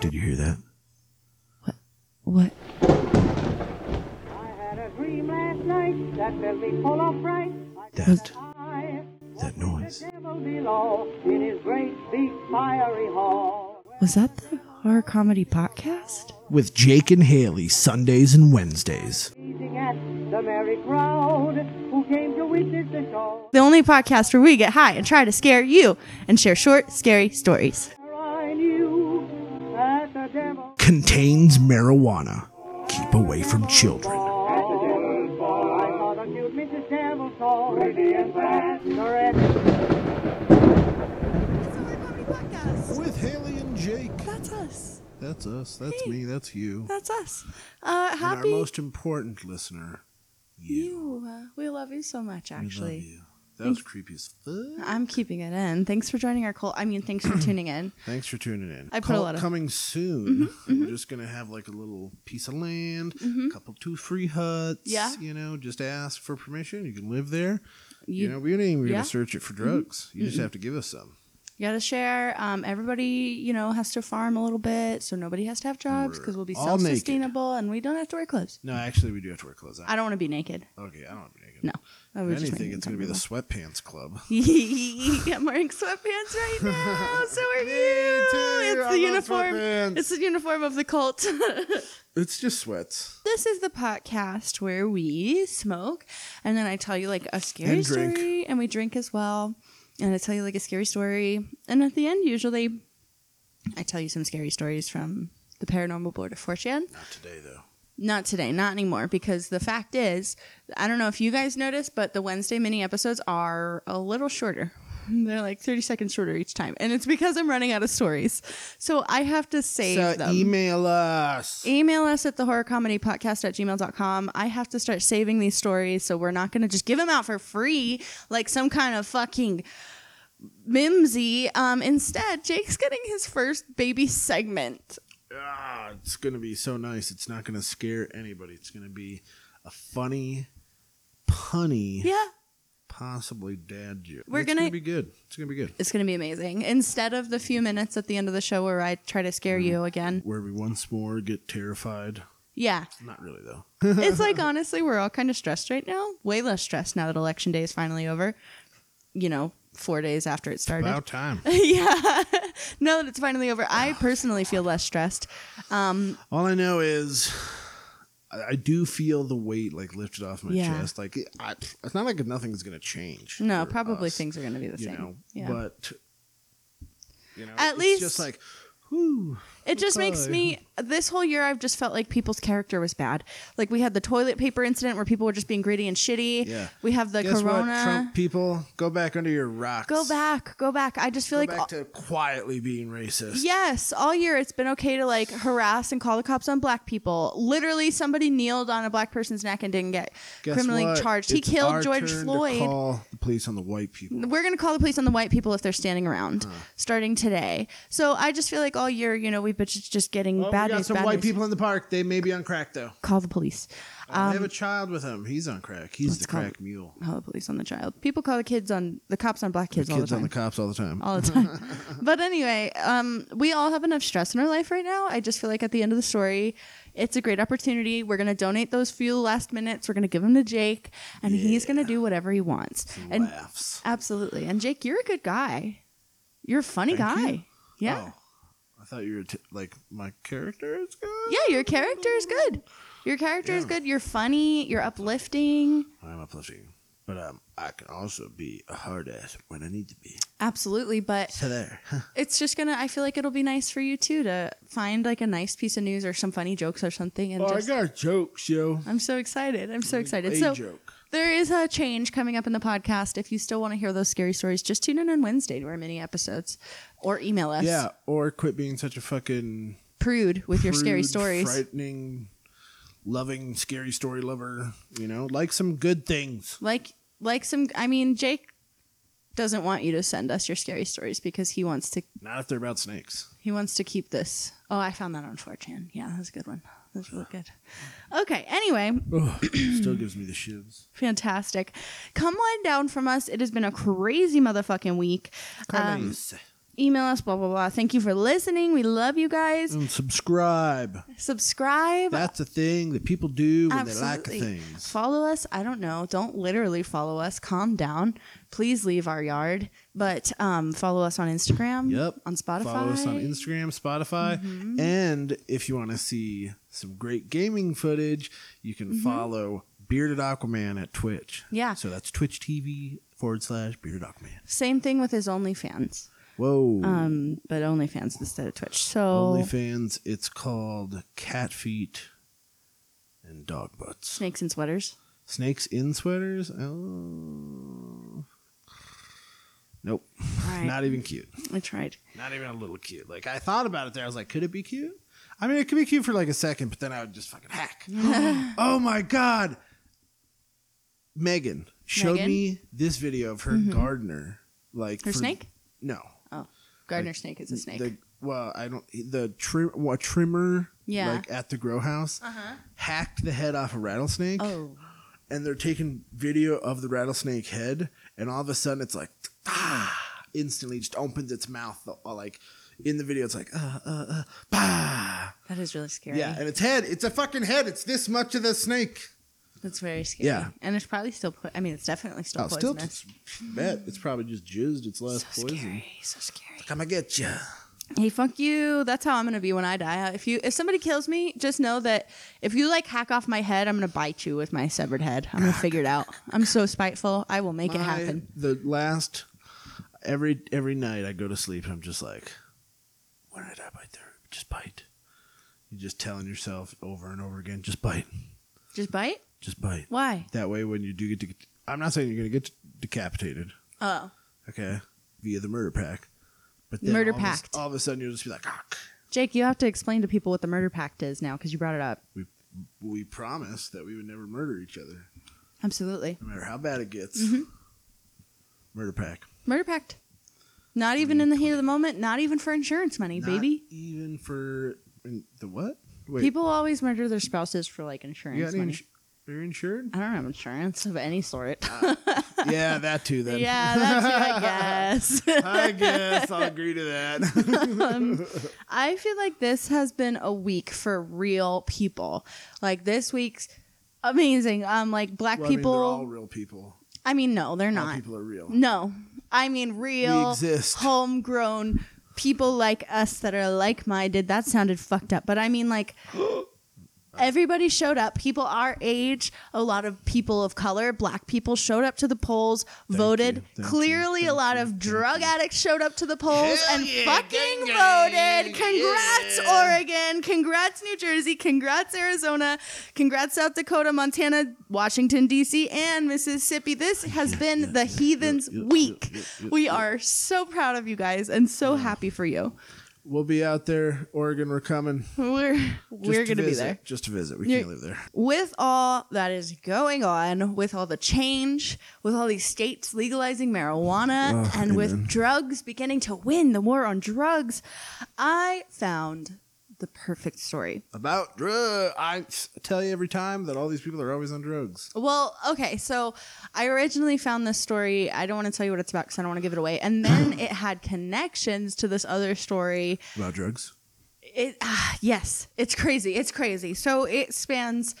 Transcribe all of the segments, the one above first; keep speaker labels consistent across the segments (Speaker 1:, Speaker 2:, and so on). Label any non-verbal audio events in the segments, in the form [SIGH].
Speaker 1: Did you hear that?
Speaker 2: What?
Speaker 3: I had a dream last night that filled me full of fright. I
Speaker 1: That
Speaker 3: I
Speaker 1: that noise.
Speaker 3: devil below in his great big fiery hall.
Speaker 2: Was that the horror comedy podcast?
Speaker 1: With Jake and Haley Sundays and Wednesdays.
Speaker 3: Gazing at the merry crowd who came to witness the show.
Speaker 2: The only podcast where we get high and try to scare you and share short, scary stories.
Speaker 3: There I knew that the devil
Speaker 1: Contains marijuana. Keep away from children.
Speaker 3: I saw the cute Mrs. Devil so pretty and fast. Correct.
Speaker 4: With Haley and Jake.
Speaker 2: That's us.
Speaker 4: That's us. That's me. That's you.
Speaker 2: That's us. Uh,
Speaker 4: And our
Speaker 2: happy
Speaker 4: most important listener, you.
Speaker 2: you. Uh, we love you so much,
Speaker 4: We love
Speaker 2: actually.
Speaker 4: you. That was creepy as fuck.
Speaker 2: I'm keeping it in. Thanks for joining our cult. I mean,
Speaker 4: [CLEARS THROAT]
Speaker 2: thanks for tuning in.
Speaker 4: Thanks for tuning in.
Speaker 2: I put a
Speaker 4: Cult
Speaker 2: lot of- Mm-hmm,
Speaker 4: coming soon. We're just gonna have like a little piece of land, a couple two free huts.
Speaker 2: Yeah.
Speaker 4: You know, just ask for permission. You can live there. You,
Speaker 2: You-
Speaker 4: know, we ain't even
Speaker 2: yeah. Mm-hmm.
Speaker 4: gonna search it for drugs. You just have to give us some.
Speaker 2: You got to share. Um, everybody, you know, has to farm a little bit, so nobody has to have jobs because we'll be
Speaker 4: All naked.
Speaker 2: self-sustainable and we don't have to wear clothes.
Speaker 4: No, actually, we do have to wear clothes.
Speaker 2: I don't want to be naked.
Speaker 4: okay, I don't want to be naked.
Speaker 2: No, that would
Speaker 4: If
Speaker 2: just make
Speaker 4: anything,
Speaker 2: me
Speaker 4: it's gonna be the sweatpants club.
Speaker 2: uncomfortable. I'm wearing sweatpants right now. So
Speaker 4: [LAUGHS]
Speaker 2: are
Speaker 4: Me
Speaker 2: you.
Speaker 4: too.
Speaker 2: It's
Speaker 4: I
Speaker 2: the
Speaker 4: love
Speaker 2: uniform.
Speaker 4: sweatpants.
Speaker 2: It's the uniform of the cult. [LAUGHS]
Speaker 4: It's just sweats.
Speaker 2: this is the podcast where we smoke, and then I tell you like a scary
Speaker 4: And drink.
Speaker 2: story, and we drink as well. And I tell you like a scary story, and at the end, usually, I tell you some scary stories from the paranormal board of 4chan.
Speaker 4: Not today though.
Speaker 2: Not today, not anymore, because the fact is, I don't know if you guys noticed, but the Wednesday mini episodes are a little shorter. [LAUGHS] They're like 30 seconds shorter each time. And it's because I'm running out of stories. So I have to save
Speaker 4: So
Speaker 2: them. E
Speaker 4: email us.
Speaker 2: Email us at the horror comedy podcast at gmail.com. I have to start saving these stories, so we're not going to just give them out for free like some kind of fucking mimsy. Um, instead, Jake's getting his first baby segment.
Speaker 4: Ah, it's gonna be so nice. It's not gonna scare anybody. It's gonna be a funny, punny,
Speaker 2: Yeah.
Speaker 4: possibly dad joke.
Speaker 2: We're
Speaker 4: it's
Speaker 2: gonna-
Speaker 4: be good. It's gonna be good.
Speaker 2: It's going to be amazing. Instead of the few minutes at the end of the show where I try to scare
Speaker 4: Mm-hmm.
Speaker 2: you again.
Speaker 4: Where we once more get terrified.
Speaker 2: Yeah.
Speaker 4: Not really though.
Speaker 2: It's like, [LAUGHS] honestly, we're all kind of stressed right now. Way less stressed now that election day is finally over. You know, four days after it started.
Speaker 4: About time.
Speaker 2: [LAUGHS] yeah. now that it's finally over, I personally feel less stressed.
Speaker 4: All I know is. I I do feel the weight like lifted off my
Speaker 2: Yeah.
Speaker 4: chest. Like I, it's not like nothing's gonna change.
Speaker 2: No,
Speaker 4: for
Speaker 2: probably
Speaker 4: us.
Speaker 2: things are going to be the
Speaker 4: you
Speaker 2: same.
Speaker 4: know.
Speaker 2: yeah.
Speaker 4: But you know,
Speaker 2: At
Speaker 4: it's
Speaker 2: least-
Speaker 4: just like, whoo.
Speaker 2: It just makes
Speaker 4: Okay.
Speaker 2: me this whole year I've just felt like people's character was bad. Like we had the toilet paper incident where people were just being greedy and shitty.
Speaker 4: Yeah.
Speaker 2: We have the
Speaker 4: Guess
Speaker 2: corona.
Speaker 4: what, Trump people, go back under your rocks.
Speaker 2: go back, go back. I just feel
Speaker 4: Go
Speaker 2: like
Speaker 4: back to quietly being racist.
Speaker 2: Yes, all year it's been okay to like harass and call the cops on black people. Literally, somebody kneeled on a black person's neck and didn't get
Speaker 4: Guess
Speaker 2: criminally
Speaker 4: what?
Speaker 2: charged.
Speaker 4: It's
Speaker 2: he killed
Speaker 4: our turn
Speaker 2: George
Speaker 4: to
Speaker 2: Floyd. Mm,
Speaker 4: call the police on the white people.
Speaker 2: We're going to call the police on the white people if they're standing around starting today. So I just feel like all year, you know, we've been just just getting
Speaker 4: Oh,
Speaker 2: bad
Speaker 4: we got
Speaker 2: news.
Speaker 4: some
Speaker 2: bad
Speaker 4: white
Speaker 2: news.
Speaker 4: people in the park. They may be on crack though.
Speaker 2: Call the police.
Speaker 4: Oh, they have a child with them. He's on crack. He's
Speaker 2: Um, let's
Speaker 4: the
Speaker 2: call
Speaker 4: crack mule.
Speaker 2: Um, Call the police on the child. People call the kids on the cops on black kids all the
Speaker 4: Kids
Speaker 2: time.
Speaker 4: on the cops all the time.
Speaker 2: all
Speaker 4: [LAUGHS]
Speaker 2: the time. but anyway, um, we all have enough stress in our life right now. I just feel like at the end of the story, it's a great opportunity. We're going to donate those few last minutes. We're going to give them to Jake, and he's going to do whatever he wants. And
Speaker 4: laughs.
Speaker 2: absolutely. And Jake, you're a good guy. You're a funny
Speaker 4: Thank
Speaker 2: guy.
Speaker 4: you.
Speaker 2: Yeah.
Speaker 4: Oh, I thought you were t- like my character is good.
Speaker 2: Yeah, your character is good. Your character is
Speaker 4: Oh. Yeah.
Speaker 2: good. You're funny. You're uplifting.
Speaker 4: I'm uplifting, but um, I can also be a hard ass when I need to be.
Speaker 2: Absolutely. But
Speaker 4: So there. [LAUGHS]
Speaker 2: it's just gonna i feel like it'll be nice for you too to find like a nice piece of news or some funny jokes or something and just
Speaker 4: Oh, got jokes, yo.
Speaker 2: i'm so excited i'm so excited
Speaker 4: A
Speaker 2: so
Speaker 4: joke.
Speaker 2: there is a change coming up in the podcast if you still want to hear those scary stories just tune in on wednesday to our mini episodes or email us
Speaker 4: Yeah, or quit being such a fucking
Speaker 2: prude with your scary
Speaker 4: rude,
Speaker 2: stories
Speaker 4: frightening, loving, scary story lover. You know, like some good things.
Speaker 2: like like some i mean jake doesn't want you to send us your scary stories because he wants to
Speaker 4: Not if they're about
Speaker 2: [CLEARS THROAT]
Speaker 4: snakes.
Speaker 2: He wants to keep this. Oh, I found that on 4chan. Yeah, that's a good one. That's really good. Okay, anyway,
Speaker 4: Still gives me the shivs.
Speaker 2: fantastic. Come on down from us. It has been a crazy motherfucking week. Um,
Speaker 4: Nice.
Speaker 2: email us, blah, blah, blah. Thank you for listening. We love you guys.
Speaker 4: And subscribe.
Speaker 2: Subscribe.
Speaker 4: Mm. That's the thing that people do when they
Speaker 2: Absolutely.
Speaker 4: like things.
Speaker 2: Follow us. I don't know. Don't literally follow us. Calm down. Please leave our yard. But um, follow us on Instagram.
Speaker 4: Yep.
Speaker 2: On Spotify. Mm-hmm.
Speaker 4: Follow us on Instagram, Spotify, and if you want to see some great gaming footage, you can follow Bearded Aquaman at Twitch.
Speaker 2: Mm-hmm. Yeah.
Speaker 4: So that's Twitch TV forward slash Bearded Aquaman.
Speaker 2: Same thing with his OnlyFans.
Speaker 4: Whoa.
Speaker 2: Um, but OnlyFans instead of Twitch. So
Speaker 4: OnlyFans. It's called Cat Feet and Dog Butts.
Speaker 2: snakes
Speaker 4: [LAUGHS]
Speaker 2: and sweaters.
Speaker 4: Snakes in sweaters. Oh. Nope.
Speaker 2: All right.
Speaker 4: Not even cute.
Speaker 2: I tried.
Speaker 4: Not even a little cute. Like I thought about it there. I was like, could it be cute? I mean, it could be cute for like a second, but then I would just fucking hack. oh my god. Megan showed
Speaker 2: Megan? Mm-hmm.
Speaker 4: me this video of her gardener. Like
Speaker 2: Her
Speaker 4: for-
Speaker 2: snake?
Speaker 4: No.
Speaker 2: Gardener snake is a snake.
Speaker 4: The, well, I don't. The trim, well, trimmer,
Speaker 2: Yeah. Uh-huh.
Speaker 4: like at the grow house, hacked the head off a rattlesnake,
Speaker 2: oh.
Speaker 4: and they're taking video of the rattlesnake head, and all of a sudden it's like, ah, instantly just opens its mouth, uh, like in the video it's like, uh, uh, uh, bah.
Speaker 2: That is really scary.
Speaker 4: yeah, and its head, it's a fucking head, it's this much of the snake.
Speaker 2: That's very scary.
Speaker 4: Yeah.
Speaker 2: And it's probably still, po- I mean, it's definitely Oh, still
Speaker 4: I'll still
Speaker 2: poisonous.
Speaker 4: bet it's probably just jizzed its last
Speaker 2: so
Speaker 4: poison.
Speaker 2: scary. So scary.
Speaker 4: Come and get you.
Speaker 2: hey fuck you that's how i'm gonna be when i die if you if somebody kills me just know that if you like hack off my head i'm gonna bite you with my severed head i'm gonna figure it out i'm so spiteful i will make it
Speaker 4: My-
Speaker 2: happen
Speaker 4: The last every every night I go to sleep, I'm just like, when did I bite there? Just bite. You're just telling yourself over and over again, just bite,
Speaker 2: just bite
Speaker 4: just bite.
Speaker 2: why
Speaker 4: That way, when you do get, de- I'm not saying you're gonna get decapitated,
Speaker 2: oh
Speaker 4: okay, via the murder pack, but then
Speaker 2: Murder
Speaker 4: all of a-
Speaker 2: pact.
Speaker 4: all of a sudden, you'll just be like, ah, k-."
Speaker 2: jake you have to explain to people what the murder pact is now because you brought it up
Speaker 4: we we promised that we would never murder each other,
Speaker 2: absolutely
Speaker 4: no matter how bad it gets.
Speaker 2: Mm-hmm.
Speaker 4: Murder pack,
Speaker 2: murder pact not even in the heat of the moment not even for insurance money
Speaker 4: Not
Speaker 2: baby
Speaker 4: even for the what? Wait,
Speaker 2: people always murder their spouses for like
Speaker 4: You got
Speaker 2: insurance
Speaker 4: any
Speaker 2: money
Speaker 4: ins- you're insured?
Speaker 2: [LAUGHS] i don't have insurance of any sort
Speaker 4: yeah, that too. Then.
Speaker 2: [LAUGHS] yeah that's it,
Speaker 4: [LAUGHS] I
Speaker 2: i [LAUGHS] guess
Speaker 4: guess I'll agree to that. [LAUGHS]
Speaker 2: I feel like this has been a week for real people. Like this week's amazing. Um, like black
Speaker 4: Well,
Speaker 2: people.
Speaker 4: I mean, they're all real people.
Speaker 2: I mean, no, they're
Speaker 4: All
Speaker 2: not.
Speaker 4: people are real.
Speaker 2: No, I mean real,
Speaker 4: We exist.
Speaker 2: homegrown people like us that are like-minded. That sounded fucked up, but I mean like. Everybody showed up. People our age, a lot of people of color, black people showed up to the polls, voted.
Speaker 4: you, thank
Speaker 2: Clearly,
Speaker 4: you,
Speaker 2: a
Speaker 4: thank
Speaker 2: lot
Speaker 4: you,
Speaker 2: of
Speaker 4: thank
Speaker 2: drug addicts showed up to the polls
Speaker 4: Hell
Speaker 2: and
Speaker 4: yeah, gang,
Speaker 2: fucking voted.
Speaker 4: gang,
Speaker 2: Congrats,
Speaker 4: yeah.
Speaker 2: Oregon. Congrats, New Jersey. Congrats, Arizona. Congrats, South Dakota, Montana, Washington, D.C., and Mississippi. This has been the Heathens
Speaker 4: yeah, yeah,
Speaker 2: Week.
Speaker 4: yeah, yeah,
Speaker 2: We are so proud of you guys and so happy for you.
Speaker 4: We'll be out there, Oregon. We're coming.
Speaker 2: We're
Speaker 4: Just
Speaker 2: we're
Speaker 4: to
Speaker 2: going to be
Speaker 4: visit.
Speaker 2: there.
Speaker 4: Just to visit. We
Speaker 2: You're-
Speaker 4: can't live there.
Speaker 2: With all that is going on, with all the change, with all these states legalizing marijuana,
Speaker 4: Oh,
Speaker 2: and with
Speaker 4: amen.
Speaker 2: drugs beginning to win the war on drugs, I found the perfect story.
Speaker 4: About drug. I tell you every time that all these people are always on drugs.
Speaker 2: Well, okay, so I originally found this story. I don't want to tell you what it's about because I don't want to give it away. And then it had connections to this other story.
Speaker 4: About drugs.
Speaker 2: It ah, yes, it's crazy. It's crazy. So it spans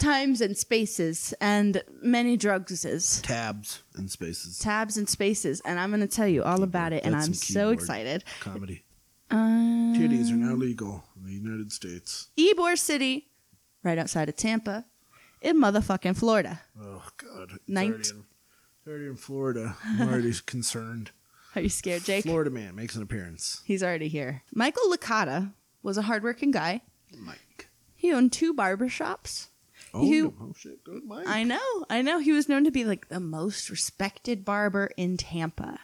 Speaker 2: times and spaces and many drugs is.
Speaker 4: Tabs and spaces.
Speaker 2: tabs and spaces, and I'm going to tell you all about it. And
Speaker 4: That's
Speaker 2: I'm
Speaker 4: some
Speaker 2: so
Speaker 4: keyboard.
Speaker 2: excited.
Speaker 4: Comedy.
Speaker 2: Um,
Speaker 4: Titties are now legal in the United States.
Speaker 2: Ybor City, right outside of Tampa, in motherfucking Florida.
Speaker 4: Oh God. It's
Speaker 2: Night-
Speaker 4: already in- it's already in Florida. I'm
Speaker 2: [LAUGHS]
Speaker 4: already concerned.
Speaker 2: Are you scared, Jake?
Speaker 4: Florida man makes an appearance.
Speaker 2: He's already here. Michael Licata was a hardworking guy.
Speaker 4: Mike.
Speaker 2: He owned two barber shops.
Speaker 4: Oh,
Speaker 2: You-
Speaker 4: oh shit, good Mike.
Speaker 2: I know, I know. He was known to be like the most respected barber in Tampa.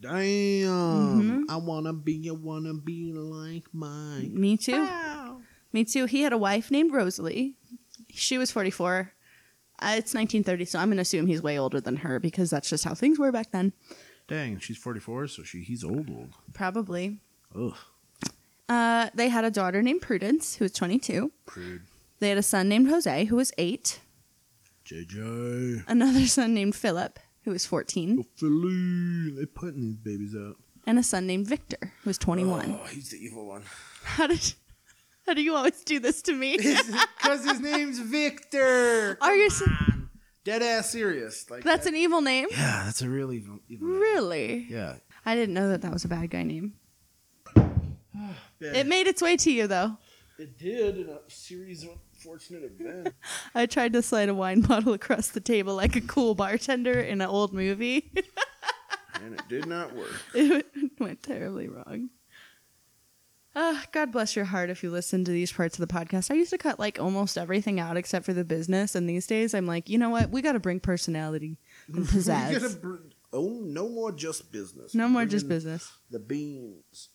Speaker 4: Damn.
Speaker 2: Mm-hmm.
Speaker 4: I wanna be, I wanna be like Mike.
Speaker 2: Me too. Me too. He had a wife named Rosalie. She was 44. Uh, it's 1930, so I'm going to assume he's way older than her because that's just how things were back then.
Speaker 4: Dang, she's 44, so she he's old old.
Speaker 2: Probably.
Speaker 4: Ugh,
Speaker 2: Uh, they had a daughter named Prudence, who was 22.
Speaker 4: prude.
Speaker 2: They had a son named Jose, who was 8.
Speaker 4: JJ.
Speaker 2: Another [LAUGHS] son named Philip, who was 14.
Speaker 4: Oh, Philly. They putting these babies out.
Speaker 2: and a son named Victor, who was 21.
Speaker 4: Oh, he's the evil one. [LAUGHS]
Speaker 2: How did how do you always do this to me?
Speaker 4: Because his name's Victor.
Speaker 2: Are you s-
Speaker 4: Dead ass serious. Like
Speaker 2: That's an evil name?
Speaker 4: yeah, that's a real evil. evil name.
Speaker 2: Really?
Speaker 4: Yeah.
Speaker 2: I didn't know that that was a bad guy name.
Speaker 4: Ben,
Speaker 2: It made its way to you though.
Speaker 4: it did in a series of unfortunate events.
Speaker 2: I tried to slide a wine [LAUGHS] bottle across the table like a cool bartender in an old movie.
Speaker 4: and it did not work.
Speaker 2: it [LAUGHS] went terribly wrong. Uh, God bless your heart if you listen to these parts of the podcast. I used to cut like almost everything out except for the business, and these days I'm like, you know what? We got to
Speaker 4: [LAUGHS]
Speaker 2: bring personality and
Speaker 4: We gotta
Speaker 2: pizzazz.
Speaker 4: br- oh, no more just business.
Speaker 2: No more
Speaker 4: Bring
Speaker 2: just
Speaker 4: in
Speaker 2: business.
Speaker 4: The beans.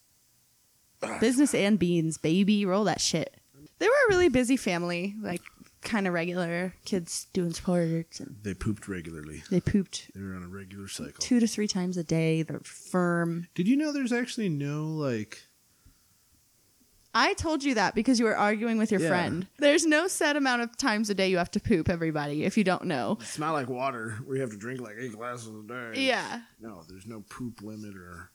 Speaker 2: Business and beans, baby. Roll that shit. They were a really busy family, like kind of regular kids doing sports, and
Speaker 4: They pooped regularly.
Speaker 2: they pooped
Speaker 4: They were on a regular cycle.
Speaker 2: two to three times a day. They're firm.
Speaker 4: Did you know there's actually no like
Speaker 2: I told you that because you were arguing with your
Speaker 4: Yeah.
Speaker 2: friend. There's no set amount of times a day you have to poop, everybody, if you don't know.
Speaker 4: it's not like water where you have to drink like eight glasses a day.
Speaker 2: Yeah.
Speaker 4: No, there's no poop limit or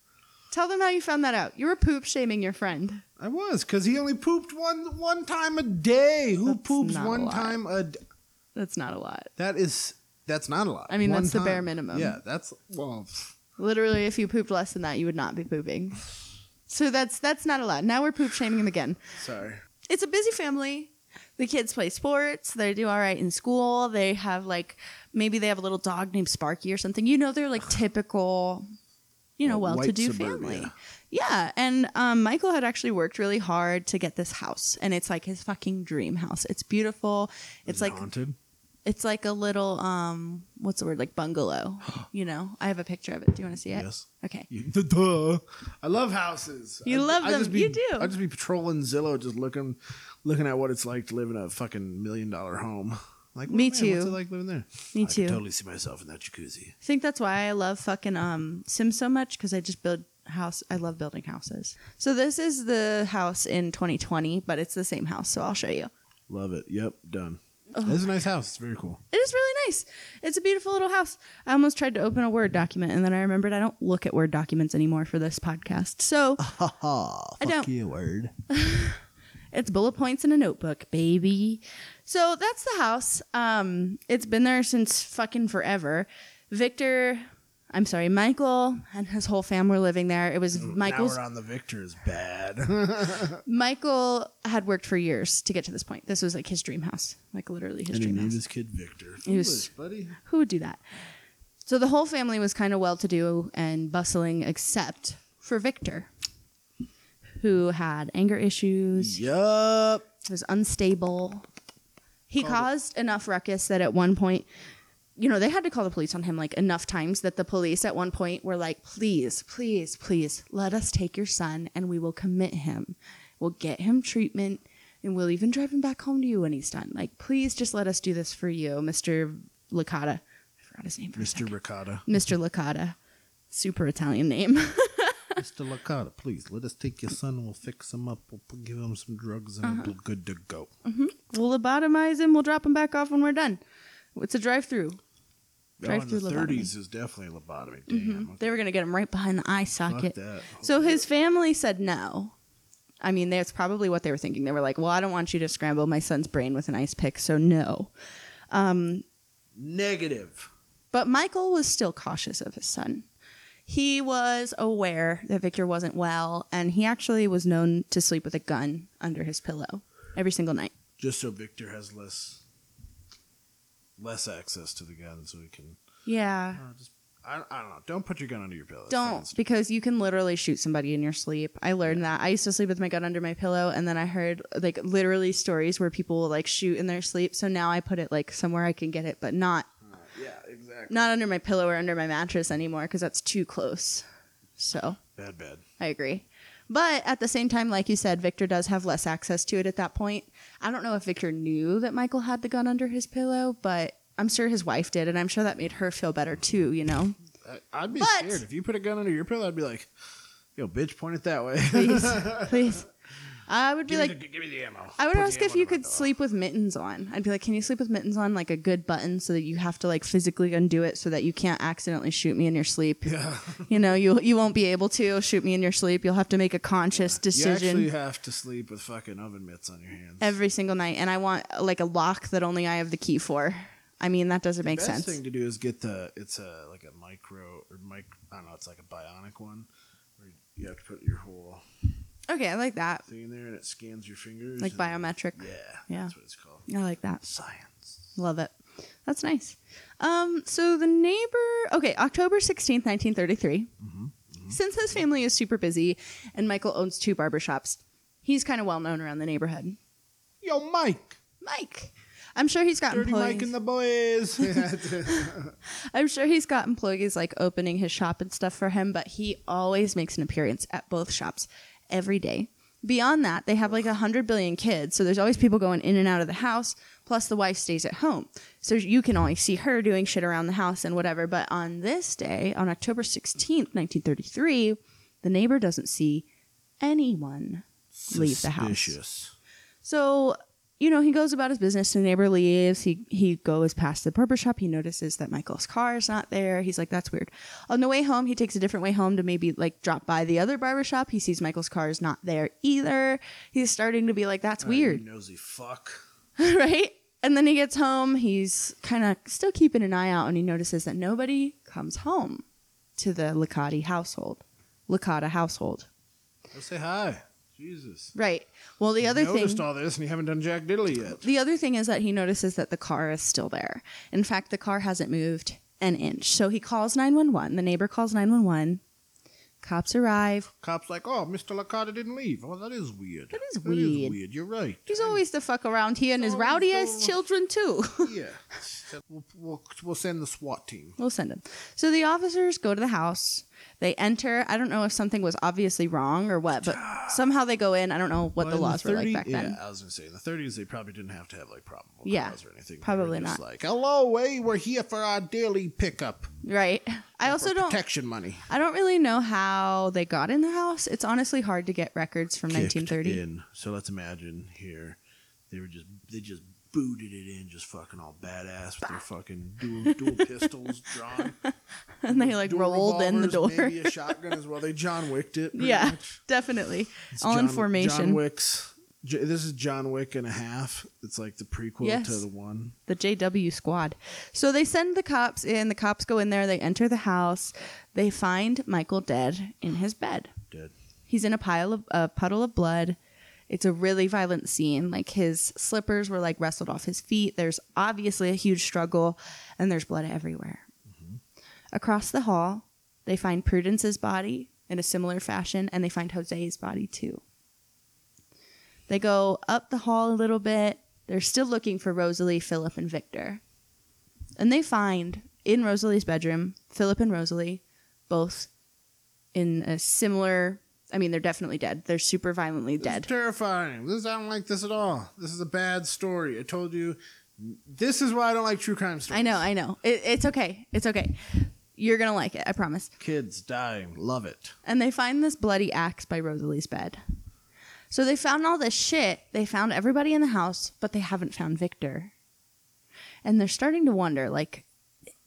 Speaker 2: Tell them how you found that out. You were poop shaming your friend.
Speaker 4: I was because he only pooped one one time a day. Who
Speaker 2: That's
Speaker 4: poops
Speaker 2: not a
Speaker 4: one
Speaker 2: lot.
Speaker 4: time a? D-
Speaker 2: That's not a lot.
Speaker 4: that is that's not a lot.
Speaker 2: I mean,
Speaker 4: One
Speaker 2: that's the bare
Speaker 4: time.
Speaker 2: minimum.
Speaker 4: Yeah, that's well. pff,
Speaker 2: Literally, if you pooped less than that, you would not be pooping. So that's that's not a lot. Now we're poop shaming them again.
Speaker 4: Sorry.
Speaker 2: it's a busy family. The kids play sports. They do all right in school. They have like maybe they have a little dog named Sparky or something. You know, they're like typical, you know,
Speaker 4: Well, white
Speaker 2: well-to-do
Speaker 4: suburbia.
Speaker 2: family. Yeah, and um, Michael had actually worked really hard to get this house, and it's like his fucking dream house. It's beautiful. It's
Speaker 4: Is it
Speaker 2: like
Speaker 4: haunted.
Speaker 2: it's like a little um, what's the word like
Speaker 4: [GASPS]
Speaker 2: bungalow? You know, I have a picture of it. Do you want to see it?
Speaker 4: Yes.
Speaker 2: Okay.
Speaker 4: You- duh, duh. I love houses.
Speaker 2: You
Speaker 4: I'd-
Speaker 2: love
Speaker 4: I'd
Speaker 2: them.
Speaker 4: just be-
Speaker 2: You do.
Speaker 4: I'd just be patrolling Zillow, just looking, looking at what it's like to live in a fucking million dollar home. Like
Speaker 2: Me
Speaker 4: well, man, What's
Speaker 2: too.
Speaker 4: it like living there?
Speaker 2: Me
Speaker 4: I could
Speaker 2: too.
Speaker 4: totally see myself in that jacuzzi.
Speaker 2: I think that's why I love fucking um Sims so much because I just build house. I love building houses. So this is the house in 2020, but it's the same house. So I'll show you.
Speaker 4: Love it. Yep. Done. It's a nice house. It's very cool.
Speaker 2: It is really nice. It's a beautiful little house. I almost tried to open a Word document and then I remembered I don't look at Word documents anymore for this podcast. So I don't.
Speaker 4: Key word.
Speaker 2: It's bullet points in a notebook, baby. So that's the house. Um, it's been there since fucking forever. Victor, I'm sorry, Michael and his whole family were living there. It was Michael's
Speaker 4: Mm, Now we're on the victor is bad. [LAUGHS]
Speaker 2: Michael had worked for years to get to this point. This was like his dream house, like literally his
Speaker 4: and he
Speaker 2: dream
Speaker 4: named
Speaker 2: house.
Speaker 4: his kid Victor.
Speaker 2: He was-
Speaker 4: Foolish, buddy.
Speaker 2: Who would do that? So the whole family was kind of well to do and bustling, except for Victor, who had anger issues,
Speaker 4: Yup.
Speaker 2: was unstable. He caused enough ruckus that at one point, you know, they had to call the police on him like enough times that the police at one point were like, please, please, please, let us take your son and we will commit him. We'll get him treatment and we'll even drive him back home to you when he's done. Like, please just let us do this for you, Mr. Licata. I forgot his name for
Speaker 4: Mr.
Speaker 2: Mr.
Speaker 4: Ricotta.
Speaker 2: Mr. Licata. Super Italian name. [LAUGHS]
Speaker 4: Mr. Licata, please let us take your son. We'll fix him up. We'll p- give him some drugs and
Speaker 2: Uh-huh.
Speaker 4: he'll be good to go.
Speaker 2: we'll lobotomize him. We'll drop him back off when we're done. It's a drive through.
Speaker 4: Oh,
Speaker 2: Drive
Speaker 4: in
Speaker 2: through
Speaker 4: the
Speaker 2: lobotomy. Mm-hmm.
Speaker 4: 30s is definitely a lobotomy. Damn.
Speaker 2: They were going to get him right behind the eye
Speaker 4: Fuck
Speaker 2: socket.
Speaker 4: that.
Speaker 2: So his family said no. I mean, that's probably what they were thinking. They were like, "Well, I don't want you to scramble my son's brain with an ice pick, so no."
Speaker 4: Negative.
Speaker 2: But Michael was still cautious of his son. He was aware that Victor wasn't well, and he actually was known to sleep with a gun under his pillow every single night.
Speaker 4: Just so Victor has less less access to the gun so he can.
Speaker 2: Yeah.
Speaker 4: Uh, just, I, I don't know. Don't put your gun under your pillow. It's
Speaker 2: Don't
Speaker 4: fast.
Speaker 2: because you can literally shoot somebody in your sleep. I learned that. I used to sleep with my gun under my pillow, and then I heard like literally stories where people will like shoot in their sleep. So now I put it like somewhere I can get it, but not
Speaker 4: Yeah, exactly.
Speaker 2: not under my pillow or under my mattress anymore because that's too close. So
Speaker 4: Bad, bad.
Speaker 2: I agree. But at the same time, like you said, Victor does have less access to it at that point. I don't know if Victor knew that Michael had the gun under his pillow, but I'm sure his wife did, and I'm sure that made her feel better too, you know?
Speaker 4: I, I'd be
Speaker 2: But-
Speaker 4: scared if you put a gun under your pillow. I'd be like, "Yo, bitch, point it that way."
Speaker 2: Please, please. I would be
Speaker 5: Give,
Speaker 2: like,
Speaker 5: me the, give me the ammo.
Speaker 2: I would
Speaker 5: Put the
Speaker 2: ask
Speaker 5: ammo
Speaker 2: if you
Speaker 5: in my
Speaker 2: could
Speaker 5: door.
Speaker 2: sleep with mittens on. I'd be like, can you sleep with mittens on, like a good button, so that you have to like physically undo it, so that you can't accidentally shoot me in your sleep. Yeah. [LAUGHS] You know, you you won't be able to shoot me in your sleep. You'll have to make a conscious
Speaker 4: You
Speaker 2: decision
Speaker 4: actually have to sleep with fucking oven mitts on your hands.
Speaker 2: every single night, and I want uh, like a lock that only I have the key for. I mean, that doesn't make
Speaker 4: Best
Speaker 2: sense.
Speaker 4: thing to do is get the it's a like a micro or mic I don't know it's like a bionic one where you have to put your whole
Speaker 2: okay, I like that,
Speaker 4: thing in there and it scans your fingers
Speaker 2: like
Speaker 4: and-
Speaker 2: biometric.
Speaker 4: yeah
Speaker 2: Yeah.
Speaker 4: that's what it's called
Speaker 2: I like that.
Speaker 4: science
Speaker 2: Love it. That's nice. Um, so the neighbor, okay, October 16th, 1933. Since his family is super busy and Michael owns two barbershops, he's kind of well known around the neighborhood.
Speaker 4: yo Mike
Speaker 2: Mike. I'm sure he's got
Speaker 4: dirty
Speaker 2: employees.
Speaker 4: Mike and the boys
Speaker 2: I'm sure he's got employees like opening his shop and stuff for him, but he always makes an appearance at both shops every day. Beyond that, they have like a hundred billion kids, so there's always people going in and out of the house. Plus, the wife stays at home, so you can always see her doing shit around the house and whatever. But on this day, on October 16th, 1933, the neighbor doesn't see anyone [LAUGHS] leave the house.
Speaker 4: Suspicious.
Speaker 2: So, you know, he goes about his business. The neighbor leaves. He he goes past the barber shop. He notices that Michael's car is not there. He's like, "That's weird." On the way home, he takes a different way home to maybe like drop by the other barber shop. He sees Michael's car is not there either. He's starting to be like, "That's weird." [LAUGHS]
Speaker 4: you nosy fuck
Speaker 2: right? And then he gets home. He's kind of still keeping an eye out, and he notices that nobody comes home to the Licati household. Licata household,
Speaker 4: go say hi Jesus
Speaker 2: right? Well, the other
Speaker 4: you noticed
Speaker 2: thing
Speaker 4: all this and you haven't done Jack Diddley yet
Speaker 2: The other thing is that he notices that the car is still there. In fact, the car hasn't moved an inch. So he calls 911. The neighbor calls 911. Cops arrive.
Speaker 4: cops like oh Mr. Licata didn't leave oh that is weird that
Speaker 2: is weird.
Speaker 4: weird you're right
Speaker 2: He's always the fuck around here and his
Speaker 4: Always
Speaker 2: rowdy
Speaker 4: the
Speaker 2: ass
Speaker 4: one.
Speaker 2: children, too.
Speaker 4: [LAUGHS]
Speaker 2: [LAUGHS]
Speaker 4: yeah we'll, we'll, we'll send the SWAT team
Speaker 2: we'll send him. So the officers go to the house. They enter. I don't know if something was obviously wrong or what, but somehow they go in. I don't know what
Speaker 4: Well,
Speaker 2: the
Speaker 4: in
Speaker 2: laws were like
Speaker 4: 30
Speaker 2: back then.
Speaker 4: Yeah, I was gonna say in the 30s they probably didn't have to have like probable
Speaker 2: Yeah,
Speaker 4: cause or anything. They were
Speaker 2: probably
Speaker 4: just
Speaker 2: not.
Speaker 4: Like, hello, hey, we're here for our daily pickup.
Speaker 2: Right. I also
Speaker 4: for
Speaker 2: don't.
Speaker 4: protection money.
Speaker 2: I don't really know how they got in the house. It's honestly hard to get records from 1930.
Speaker 4: Kicked in. So let's imagine here, they were just they just booted it in, just fucking all badass with their fucking dual dual
Speaker 2: [LAUGHS]
Speaker 4: pistols drawn,
Speaker 2: [LAUGHS] and they like
Speaker 4: dual
Speaker 2: rolled in the door.
Speaker 4: revolvers, maybe a shotgun as well. They John Wicked it. pretty
Speaker 2: yeah,
Speaker 4: much.
Speaker 2: [LAUGHS] definitely.
Speaker 4: It's
Speaker 2: All
Speaker 4: John-
Speaker 2: in formation.
Speaker 4: John Wick's. J- This is John Wick and a half. It's like the prequel
Speaker 2: Yes.
Speaker 4: to the one.
Speaker 2: the JW squad. So they send the cops in. The cops go in there. They enter the house. They find Michael dead in his bed.
Speaker 4: Dead.
Speaker 2: He's in a pile of a puddle of blood. It's a really violent scene. Like his slippers were like wrestled off his feet. There's obviously a huge struggle, and there's blood everywhere. Across the hall, they find Prudence's body in a similar fashion, and they find Jose's body too. They go up the hall a little bit. They're still looking for Rosalie, Philip, and Victor. And they find in Rosalie's bedroom, Philip and Rosalie, both in a similar. I mean, they're definitely dead. They're super violently
Speaker 4: It's
Speaker 2: dead.
Speaker 4: terrifying. This I don't like this at all. This is a bad story. I told you. This is why I don't like true crime stories.
Speaker 2: I know, I know. It, it's okay. It's okay. You're going to like it. I promise.
Speaker 4: Kids dying. Love it.
Speaker 2: and they find this bloody axe by Rosalie's bed. So they found all this shit. They found everybody in the house, but they haven't found Victor. And they're starting to wonder, like,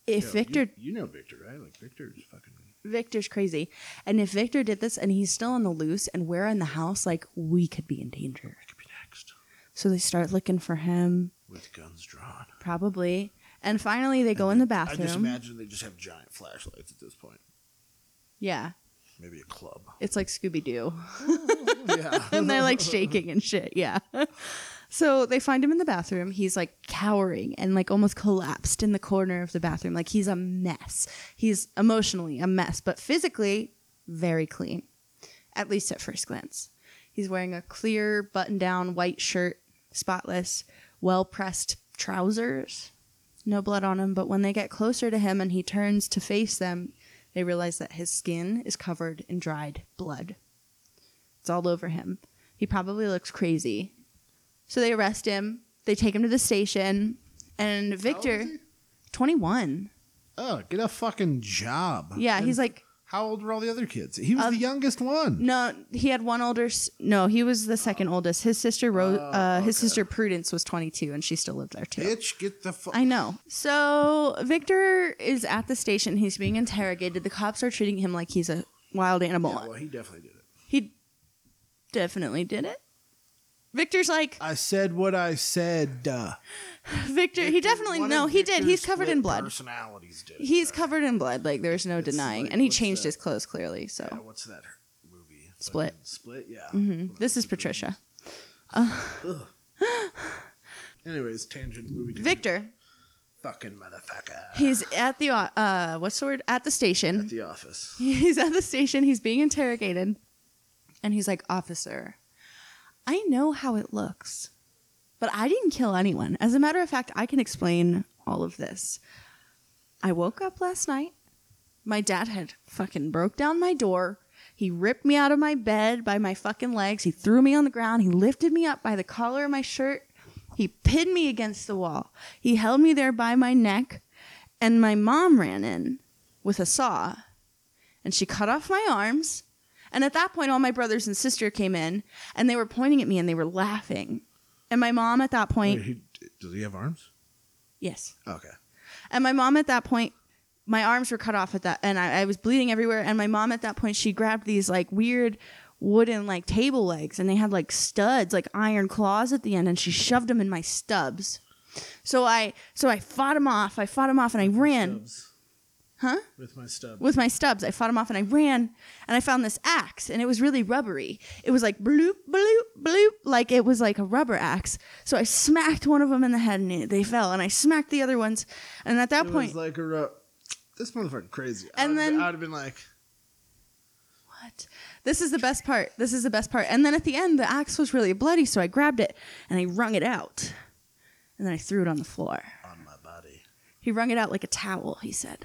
Speaker 2: if
Speaker 4: Yo,
Speaker 2: Victor
Speaker 4: you, you know Victor, right? Like Victor is fucking.
Speaker 2: Victor's crazy, and if Victor did this and he's still on the loose and we're in the house, like we could be in danger.
Speaker 4: Could be next
Speaker 2: So they start looking for him,
Speaker 4: with guns drawn.
Speaker 2: probably. And finally, they go in the
Speaker 4: I just
Speaker 2: bathroom.
Speaker 4: imagine they just have giant flashlights at this point.
Speaker 2: yeah,
Speaker 4: Maybe a club. [LAUGHS] Oh,
Speaker 2: it's like Scooby Doo.
Speaker 4: yeah.
Speaker 2: and they're like shaking and shit. Yeah. [LAUGHS] So they find him in the bathroom. He's like cowering and like almost collapsed in the corner of the bathroom. Like he's a mess. He's emotionally a mess, but physically very clean, at least at first glance. He's wearing a clear button down white shirt, spotless, well pressed trousers. No blood on him, but when they get closer to him and he turns to face them, they realize that his skin is covered in dried blood. It's all over him. He probably looks crazy. So they arrest him. They take him to the station. And [LAUGHS] Victor,
Speaker 4: is he?
Speaker 2: 21.
Speaker 4: Oh, get a fucking job.
Speaker 2: Yeah,
Speaker 4: And
Speaker 2: he's Um, like,
Speaker 4: How old were all the other kids? He was the youngest one.
Speaker 2: No, he had one older. s- No, he was the second oldest. His sister
Speaker 4: Oh,
Speaker 2: Rose, uh, his sister Prudence was 22, and she still lived there too.
Speaker 4: Bitch, get the fuck.
Speaker 2: I know. So Victor is at the station. He's being interrogated. The cops are treating him like he's a wild animal.
Speaker 4: Well, he definitely did it.
Speaker 2: He definitely did it. Victor's like
Speaker 4: I said what I said. Uh,
Speaker 2: Victor. He definitely
Speaker 4: One of
Speaker 2: no. He did.
Speaker 4: Victor's
Speaker 2: He's covered in
Speaker 4: split
Speaker 2: blood.
Speaker 4: Personalities did. it.
Speaker 2: He's covered in blood. Like there's no denying.
Speaker 4: like,
Speaker 2: and he
Speaker 4: what's
Speaker 2: changed
Speaker 4: that?
Speaker 2: his clothes clearly. So
Speaker 4: Yeah, what's that movie?
Speaker 2: Split. Mm-hmm.
Speaker 4: Fucking Split. Yeah.
Speaker 2: this is Patricia.
Speaker 4: Anyways, tangent movie. tangent.
Speaker 2: Victor.
Speaker 4: Fucking
Speaker 2: [LAUGHS]
Speaker 4: motherfucker.
Speaker 2: He's at the uh, uh what's the word at the station.
Speaker 4: At the office.
Speaker 2: [LAUGHS] he's at the station he's being interrogated and he's like officer i know how it looks but i didn't kill anyone as a matter of fact i can explain all of this i woke up last night my dad had fucking broke down my door he ripped me out of my bed by my fucking legs he threw me on the ground he lifted me up by the collar of my shirt he pinned me against the wall he held me there by my neck and my mom ran in with a saw and she cut off my arms. And at that point, all my brothers and sister came in, and they were pointing at me and they were laughing. And my mom at that point,
Speaker 4: Wait, he, does he have arms?
Speaker 2: yes.
Speaker 4: Okay.
Speaker 2: And my mom at that point, my arms were cut off at that, and I, I was bleeding everywhere. And my mom at that point, she grabbed these like weird wooden like table legs, and they had like studs, like iron claws at the end, and she shoved them in my stubs. So I, so I fought him off. I fought him off, and I ran.
Speaker 4: Stubs.
Speaker 2: Huh?
Speaker 4: With my stub.
Speaker 2: with my stubs. I fought him off and I ran and I found this axe and it was really rubbery. It was like bloop, bloop, bloop, like it was like a rubber axe. So I smacked one of them in the head and it, they fell and I smacked the other ones. And at that
Speaker 4: It
Speaker 2: point,
Speaker 4: was like a. Ru- this motherfucker crazy.
Speaker 2: And
Speaker 4: I'd,
Speaker 2: then-
Speaker 4: I'd have been like,
Speaker 2: what? This is the best part. This is the best part. And then at the end, the axe was really bloody. So I grabbed it and I wrung it out and then I threw it on the floor.
Speaker 4: on my body.
Speaker 2: He wrung it out like a towel, he said.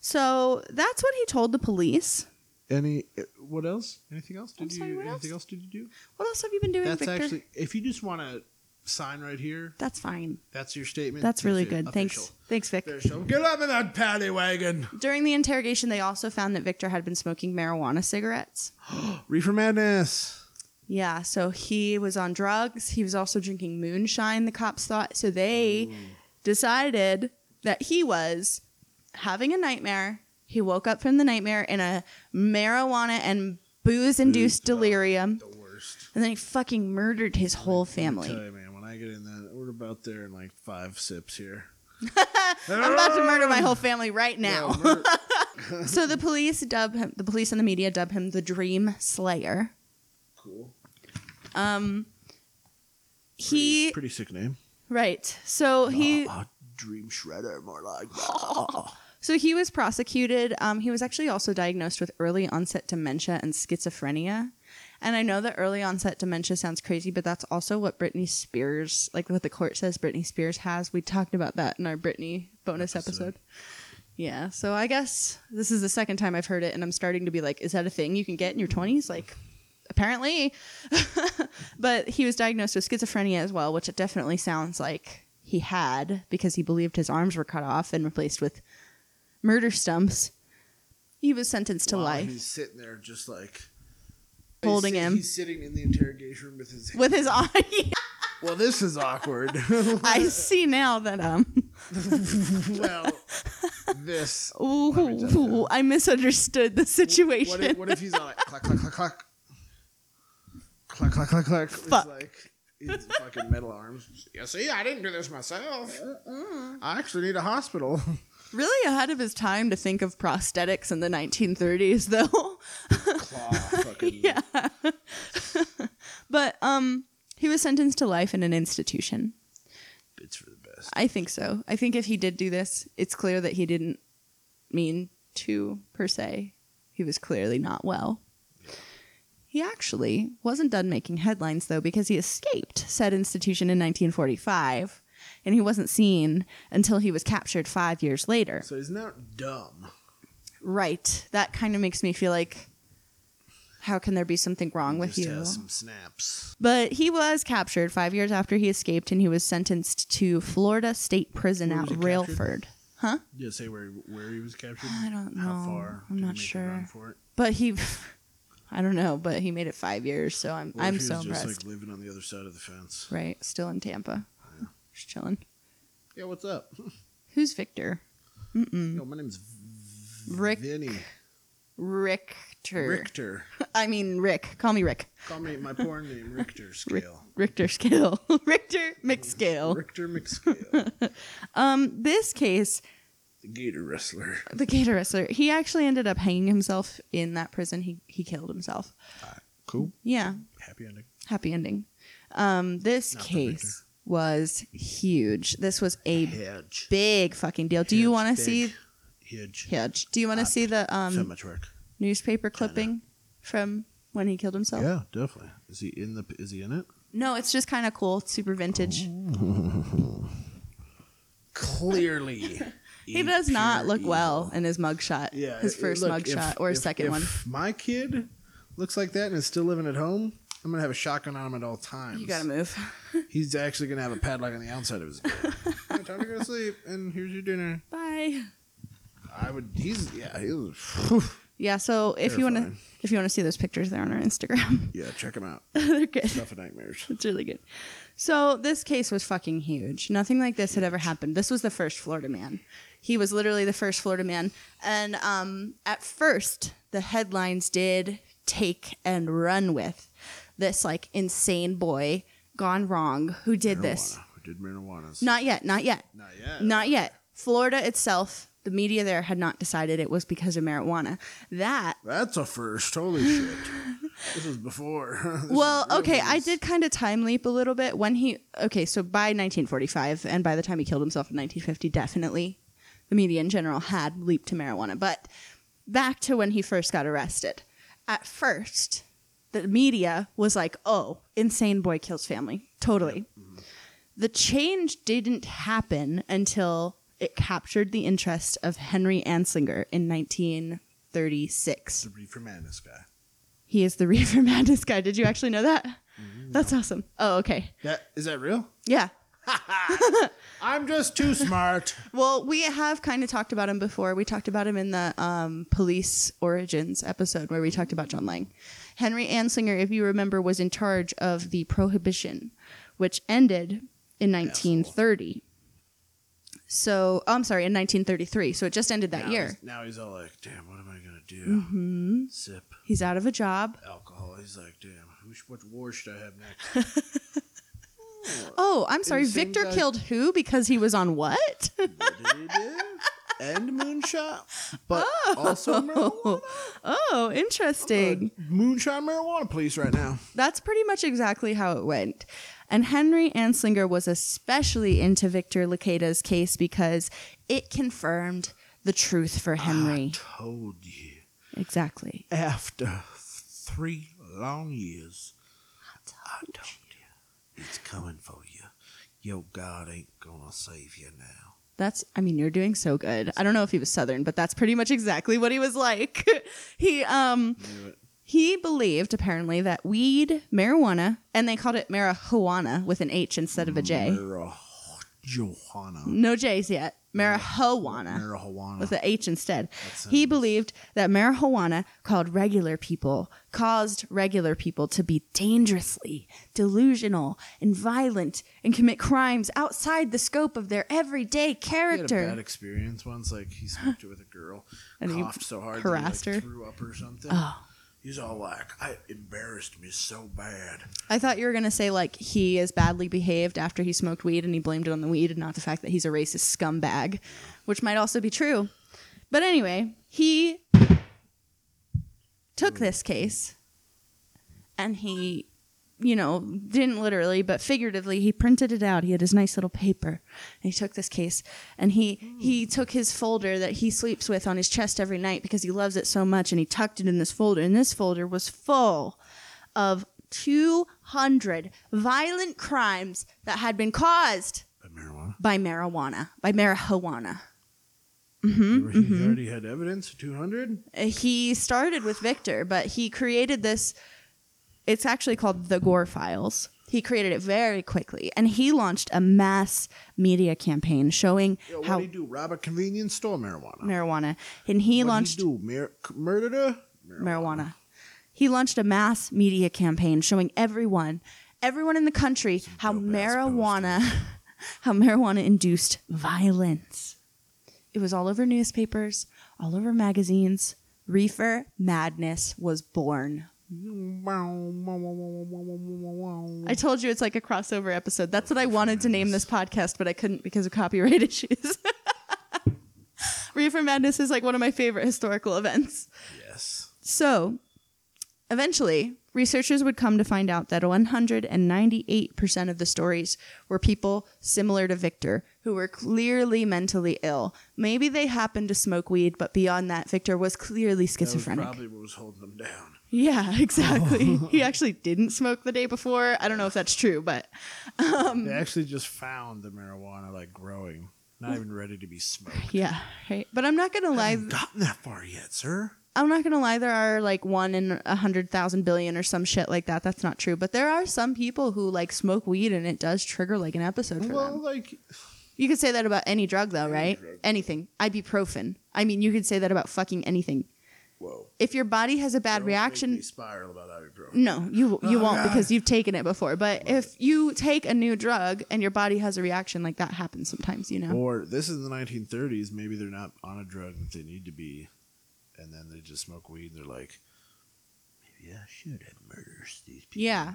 Speaker 2: So that's what he told the police.
Speaker 4: Any? eh, What else? Anything else? Did
Speaker 2: I'm
Speaker 4: you?
Speaker 2: sorry, what
Speaker 4: anything
Speaker 2: else?
Speaker 4: else? did you do?
Speaker 2: What else have you been doing,
Speaker 4: That's
Speaker 2: Victor?
Speaker 4: actually. If you just want to sign right here,
Speaker 2: that's fine.
Speaker 4: that's your statement.
Speaker 2: That's really
Speaker 4: your
Speaker 2: good. Thanks.
Speaker 4: official-
Speaker 2: Thanks, Vic.
Speaker 4: official. Get up in that paddy wagon.
Speaker 2: During the interrogation, they also found that Victor had been smoking marijuana cigarettes.
Speaker 4: Reefer madness.
Speaker 2: Yeah, so he was on drugs. He was also drinking moonshine, the cops thought. So
Speaker 4: Mm.
Speaker 2: they decided that he was having a nightmare. He woke up from the nightmare in a marijuana and booze induced
Speaker 4: uh,
Speaker 2: delirium.
Speaker 4: The worst.
Speaker 2: And then he fucking murdered his whole family.
Speaker 4: Tell you, man, when I get in that, we're about there in like five sips here.
Speaker 2: I'm about to murder
Speaker 4: [LAUGHS]
Speaker 2: my whole family right
Speaker 4: Yeah,
Speaker 2: now.
Speaker 4: murder-
Speaker 2: [LAUGHS] So the police dub him, the police and the media dub him the Dream Slayer.
Speaker 4: cool.
Speaker 2: Um,
Speaker 4: Pretty-
Speaker 2: he
Speaker 4: pretty sick name.
Speaker 2: right. So he
Speaker 4: Uh, uh, dream shredder, more like.
Speaker 2: so he was prosecuted. Um, he was actually also diagnosed with early onset dementia and schizophrenia. And I know that early onset dementia sounds crazy, but that's also what Britney Spears, like what the court says Britney Spears has. We talked about that in our Britney bonus episode.
Speaker 4: Episode.
Speaker 2: Yeah. So I guess this is the second time I've heard it, and I'm starting to be like, is that a thing you can get in your 20s? Like, apparently. [LAUGHS] but he was diagnosed with schizophrenia as well, which it definitely sounds like he had because he believed his arms were cut off and replaced with murder stumps. He was sentenced to
Speaker 4: Wow,
Speaker 2: life.
Speaker 4: He's sitting there just like
Speaker 2: Holding
Speaker 4: he's,
Speaker 2: him.
Speaker 4: He's sitting in the interrogation room with his.
Speaker 2: with his [LAUGHS] arm.
Speaker 4: well, this is awkward. [LAUGHS]
Speaker 2: I see now that um,
Speaker 4: well, this.
Speaker 2: ooh, I misunderstood the
Speaker 4: What
Speaker 2: situation.
Speaker 4: if, what if he's on like clack clack clack clack, clack clack clack clack? It's
Speaker 2: Fuck.
Speaker 4: like his fucking metal arms. Yeah, see, I didn't do this myself. I actually need a hospital.
Speaker 2: really ahead of his time to think of prosthetics in the 1930s, though. [LAUGHS]
Speaker 4: Claw, fucking
Speaker 2: yeah. but um, he was sentenced to life in an institution.
Speaker 4: bits for the best.
Speaker 2: I think so. I think if he did do this, it's clear that he didn't mean to per se. He was clearly not well. He actually wasn't done making headlines though because he escaped said institution in 1945 and he wasn't seen until he was captured 5 years later.
Speaker 4: So he's not dumb.
Speaker 2: Right. That kind of makes me feel like how can there be something wrong with
Speaker 4: Just
Speaker 2: you?
Speaker 4: has some snaps.
Speaker 2: But he was captured five years after he escaped, and he was sentenced to Florida State Prison at
Speaker 4: was he captured?
Speaker 2: Railford. Huh?
Speaker 4: Did it say where where he was captured?
Speaker 2: I don't
Speaker 4: How
Speaker 2: know.
Speaker 4: far?
Speaker 2: I'm
Speaker 4: Did he
Speaker 2: not
Speaker 4: make a run
Speaker 2: sure.
Speaker 4: for it?
Speaker 2: But he, [LAUGHS] I don't know, but he made it five years. So I'm,
Speaker 4: What if
Speaker 2: I'm
Speaker 4: he
Speaker 2: so
Speaker 4: was
Speaker 2: impressed.
Speaker 4: Just like living on the other side of the fence.
Speaker 2: right. Still in Tampa. Just chilling.
Speaker 4: Yeah, what's up?
Speaker 2: Who's Victor?
Speaker 4: Yo, my name's
Speaker 2: Mm. Rick.
Speaker 4: Vinny
Speaker 2: Richter.
Speaker 4: Richter.
Speaker 2: [LAUGHS] I mean, Rick. Call me Rick.
Speaker 4: Call me my porn name Richter
Speaker 2: Rick-
Speaker 4: scale.
Speaker 2: Richter scale. [LAUGHS] Richter McScale.
Speaker 4: Richter McScale,
Speaker 2: Um, this case,
Speaker 4: the Gator wrestler.
Speaker 2: the gator wrestler, he actually ended up hanging himself in that prison. He he killed himself.
Speaker 4: Cool.
Speaker 2: Yeah.
Speaker 4: Happy ending.
Speaker 2: Happy ending. Um, this
Speaker 4: Not the
Speaker 2: case was huge. This was a
Speaker 4: Hedge.
Speaker 2: big fucking deal. Do you
Speaker 4: Huge,
Speaker 2: want
Speaker 4: big,
Speaker 2: to see
Speaker 4: Huge.
Speaker 2: huge? Do you want to see the
Speaker 4: so
Speaker 2: um,
Speaker 4: much work.
Speaker 2: newspaper clipping from when he killed himself?
Speaker 4: Yeah, definitely. Is he in the? Is he in it?
Speaker 2: No, it's just kind of cool, super vintage.
Speaker 4: Clearly.
Speaker 2: [LAUGHS] He does not look well in his mugshot.
Speaker 4: Yeah,
Speaker 2: his
Speaker 4: it-
Speaker 2: first
Speaker 4: look, if-
Speaker 2: mugshot or
Speaker 4: if-
Speaker 2: second
Speaker 4: if [LAUGHS]
Speaker 2: one.
Speaker 4: My kid looks like that and is still living at home. I'm gonna have a shotgun on him at all times.
Speaker 2: You gotta move.
Speaker 4: He's actually gonna have a padlock on the outside of his. door.
Speaker 2: [LAUGHS]
Speaker 4: Hey, time to go to sleep, and here's your dinner.
Speaker 2: Bye.
Speaker 4: I would. He's yeah. He was. whew.
Speaker 2: Yeah. So if you want to,
Speaker 4: Terrifying.
Speaker 2: if you want to see those pictures, they're on our Instagram. [LAUGHS]
Speaker 4: Yeah, check him out.
Speaker 2: they're good.
Speaker 4: Stuff of nightmares.
Speaker 2: It's really good. So this case was fucking huge. Nothing like this had ever happened. This was the first Florida man. He was literally the first Florida man. And um, at first, the headlines did take and run with this like insane boy gone wrong who did this.
Speaker 4: Marijuana. We Oh, did marijuana.
Speaker 2: Not yet. Not yet.
Speaker 4: Not yet.
Speaker 2: Not yet. Florida itself, the media there had not decided it was because of marijuana. That
Speaker 4: That's a first. Holy shit. this is before. [LAUGHS] This is
Speaker 2: well,
Speaker 4: real
Speaker 2: okay, I
Speaker 4: news.
Speaker 2: did kind of time leap a little bit when he okay, so by 1945 and by the time he killed himself in 1950, definitely the media in general had leaped to marijuana. But back to when he first got arrested. At first, the media was like, "Oh, insane boy kills family." Totally.
Speaker 4: Mm-hmm.
Speaker 2: The change didn't happen until it captured the interest of Henry Anslinger in 1936.
Speaker 4: The Reefer Madness guy.
Speaker 2: He is the [LAUGHS] Reefer Madness guy. Did you actually know that? That's awesome. Oh, okay.
Speaker 4: That is that real?
Speaker 2: Yeah.
Speaker 4: I'm just too smart.
Speaker 2: Well, we have kind of talked about him before. We talked about him in the um, police origins episode where we talked about John Lang. Henry Anslinger, if you remember, was in charge of the prohibition, which ended in 1930. So, oh, I'm sorry, in 1933. So it just ended that
Speaker 4: now
Speaker 2: year.
Speaker 4: He's, now he's all like, damn, what am I going to do? Sip
Speaker 2: He's out of a job.
Speaker 4: alcohol. He's like, damn, who sh- what war should I have next?
Speaker 2: Oh, I'm sorry.
Speaker 4: Insane
Speaker 2: Victor
Speaker 4: guy.
Speaker 2: killed who because he was on what?
Speaker 4: What did he do? And moonshot, but also marijuana.
Speaker 2: [LAUGHS] oh, interesting.
Speaker 4: Moonshot marijuana police right now.
Speaker 2: That's pretty much exactly how it went. And Henry Anslinger was especially into Victor Lucado's case because it confirmed the truth for Henry.
Speaker 4: Told you.
Speaker 2: Exactly.
Speaker 4: After three long years, I told you. It's coming for you. Your God ain't going to save you now.
Speaker 2: That's, I mean, you're doing so good. I don't know if he was Southern, but that's pretty much exactly what he was like. [LAUGHS] he, um,
Speaker 4: Knew it.
Speaker 2: he believed apparently that weed, marijuana, and they called it marijuana with an H instead of a
Speaker 4: Mm-hmm.
Speaker 2: J.
Speaker 4: Marijuana.
Speaker 2: No J's yet. Marijuana.
Speaker 4: Marijuana.
Speaker 2: with the H instead.
Speaker 4: sounds-
Speaker 2: He believed that marijuana called regular people caused regular people to be dangerously delusional and violent and commit crimes outside the scope of their everyday
Speaker 4: He had a bad
Speaker 2: character.
Speaker 4: experience once. Like he smoked it with a girl,
Speaker 2: [LAUGHS] And he
Speaker 4: coughed so hard,
Speaker 2: harassed
Speaker 4: that he,
Speaker 2: her?
Speaker 4: like, threw up or something.
Speaker 2: Oh.
Speaker 4: He's all like, "I embarrassed me so bad."
Speaker 2: I thought you were going to say like he is badly behaved after he smoked weed and he blamed it on the weed and not the fact that he's a racist scumbag, which might also be true. But anyway, he took this case and he, you know, didn't literally, but figuratively, he printed it out. He had his nice little paper. And he took this case and he he took his folder that he sleeps with on his chest every night because he loves it so much and he tucked it in this folder. And this folder was full of 200 violent crimes that had been caused
Speaker 4: But marijuana.
Speaker 2: by marijuana, by marijuana. Mm-hmm,
Speaker 4: he already had evidence. Two hundred.
Speaker 2: Uh, he started with Victor, but he created this. It's actually called the Gore Files. He created it very quickly, and he launched a mass media campaign showing
Speaker 4: Yo, what
Speaker 2: how
Speaker 4: do you do? Rob a convenience store marijuana.
Speaker 2: marijuana. And he
Speaker 4: What
Speaker 2: launched
Speaker 4: do you do? Mar- murdered her?
Speaker 2: marijuana. He launched a mass media campaign showing everyone, everyone in the country, how
Speaker 4: dope-ass
Speaker 2: marijuana, [LAUGHS] how marijuana induced violence. It was all over newspapers, all over magazines. Reefer madness was born. I told you it's like a crossover episode. That's what I wanted to name this podcast, but I couldn't because of copyright [LAUGHS] issues. Reefer Madness is like one of my favorite historical events.
Speaker 4: Yes.
Speaker 2: So eventually, researchers would come to find out that 198% of the stories were people similar to Victor who were clearly mentally ill. Maybe they happened to smoke weed, but beyond that, Victor was clearly
Speaker 4: That was
Speaker 2: schizophrenic.
Speaker 4: probably Oh. what was holding them down.
Speaker 2: [LAUGHS]
Speaker 4: [LAUGHS]
Speaker 2: yeah, exactly. he actually didn't smoke the day before. I don't know if that's true, but Um,
Speaker 4: They actually just found the marijuana like growing, not even ready to be smoked.
Speaker 2: yeah, right. But I'm not going to lie.
Speaker 4: I've gotten that far yet, sir.
Speaker 2: I'm not gonna lie, there are like one in a hundred thousand billion or some shit like that. That's not true. But there are some people who like smoke weed and it does trigger like an episode for
Speaker 4: Well,
Speaker 2: them.
Speaker 4: like
Speaker 2: You could say that about any drug though, right?
Speaker 4: drug.
Speaker 2: Anything. Ibuprofen. I mean you could say that about fucking anything.
Speaker 4: whoa.
Speaker 2: If your body has a bad
Speaker 4: Don't make
Speaker 2: reaction
Speaker 4: me spiral about ibuprofen.
Speaker 2: no,
Speaker 4: [LAUGHS]
Speaker 2: you you
Speaker 4: Oh,
Speaker 2: won't
Speaker 4: God.
Speaker 2: because you've taken it before. But if you take a new drug and your body has a reaction like that happens sometimes, you know.
Speaker 4: Or this is the 1930s. Maybe they're not on a drug that they need to be, and then they just smoke weed. and They're like, maybe I should have murdered these people.
Speaker 2: yeah.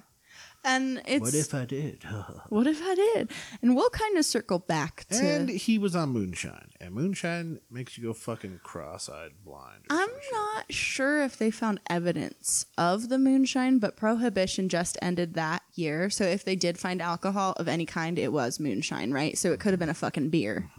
Speaker 2: And it's
Speaker 4: What if I did? [LAUGHS]
Speaker 2: what if I did? And we'll kind of circle back to
Speaker 4: and he was on moonshine, and moonshine makes you go fucking cross-eyed blind. or
Speaker 2: I'm
Speaker 4: some shit.
Speaker 2: not sure if they found evidence of the moonshine, but prohibition just ended that year. So if they did find alcohol of any kind, it was moonshine, right? So it could have been a fucking beer.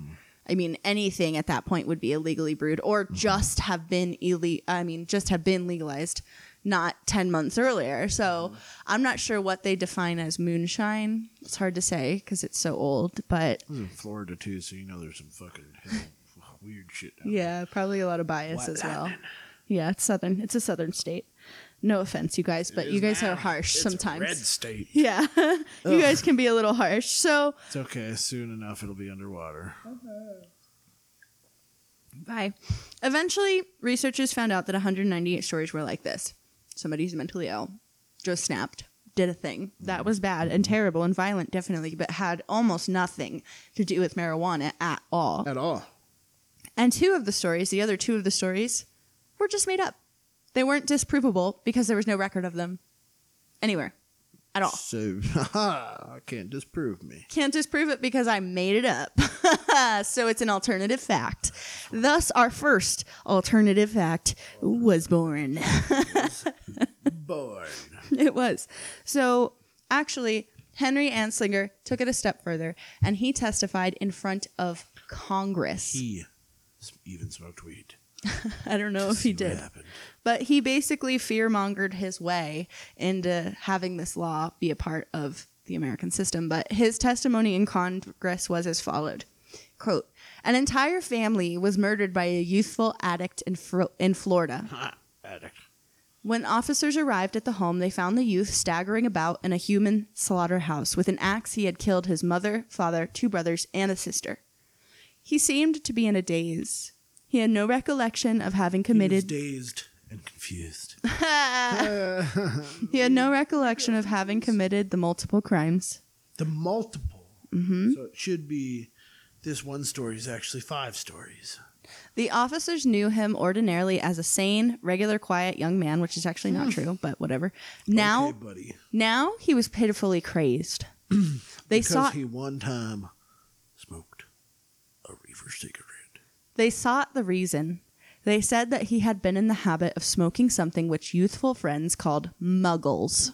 Speaker 2: I mean, anything at that point would be illegally brewed or just have been ille- I mean, just have been legalized not 10 months earlier. So I'm not sure what they define as moonshine. It's hard to say because it's so old, but
Speaker 4: It was in Florida too, so you know there's some fucking hell, [LAUGHS] weird shit. Down
Speaker 2: Yeah, probably a lot of bias as well. Yeah, it's southern. It's a southern state. No offense, you guys, but you guys are harsh sometimes.
Speaker 4: Red state.
Speaker 2: yeah, [LAUGHS] you guys can be a little harsh. So,
Speaker 4: It's okay. Soon enough, it'll be underwater.
Speaker 2: bye. Eventually, researchers found out that 198 stories were like this. Somebody's mentally ill, just snapped, did a thing that was bad and terrible and violent, definitely, but had almost nothing to do with marijuana at all.
Speaker 4: At all.
Speaker 2: And two of the stories, the other two of the stories, were just made up. They weren't disprovable because there was no record of them anywhere at all.
Speaker 4: So, [LAUGHS] haha, can't disprove me.
Speaker 2: Can't disprove it because I made it up. [LAUGHS] so it's an alternative fact. Thus, our first alternative fact was born. [LAUGHS]
Speaker 4: Born.
Speaker 2: it was. So actually, Henry Anslinger took it a step further and he testified in front of Congress.
Speaker 4: He s- even smoked weed.
Speaker 2: I don't know if he
Speaker 4: See what
Speaker 2: did.
Speaker 4: happened.
Speaker 2: But he basically fear mongered his way into having this law be a part of the American system. But his testimony in Congress was as followed quote, An entire family was murdered by a youthful addict in, Fro- in Florida.
Speaker 4: Ha, addict.
Speaker 2: When officers arrived at the home, they found the youth staggering about in a human slaughterhouse. With an axe, he had killed his mother, father, two brothers, and a sister. He seemed to be in a daze. He had no recollection of having
Speaker 4: He was
Speaker 2: committed.
Speaker 4: dazed and confused.
Speaker 2: He had no recollection of having committed the multiple crimes.
Speaker 4: the multiple.
Speaker 2: Mm-hmm.
Speaker 4: So it should be this one story is actually five stories.
Speaker 2: The officers knew him ordinarily as a sane, regular, quiet young man, which is actually not true, but whatever. Now,
Speaker 4: Hmm. Okay, buddy.
Speaker 2: now he was
Speaker 4: [CLEARS THROAT]
Speaker 2: pitifully crazed. they
Speaker 4: because
Speaker 2: sought
Speaker 4: he one time smoked a reefer cigarette.
Speaker 2: they sought the reason. They said that he had been in the habit of smoking something which youthful friends called muggles,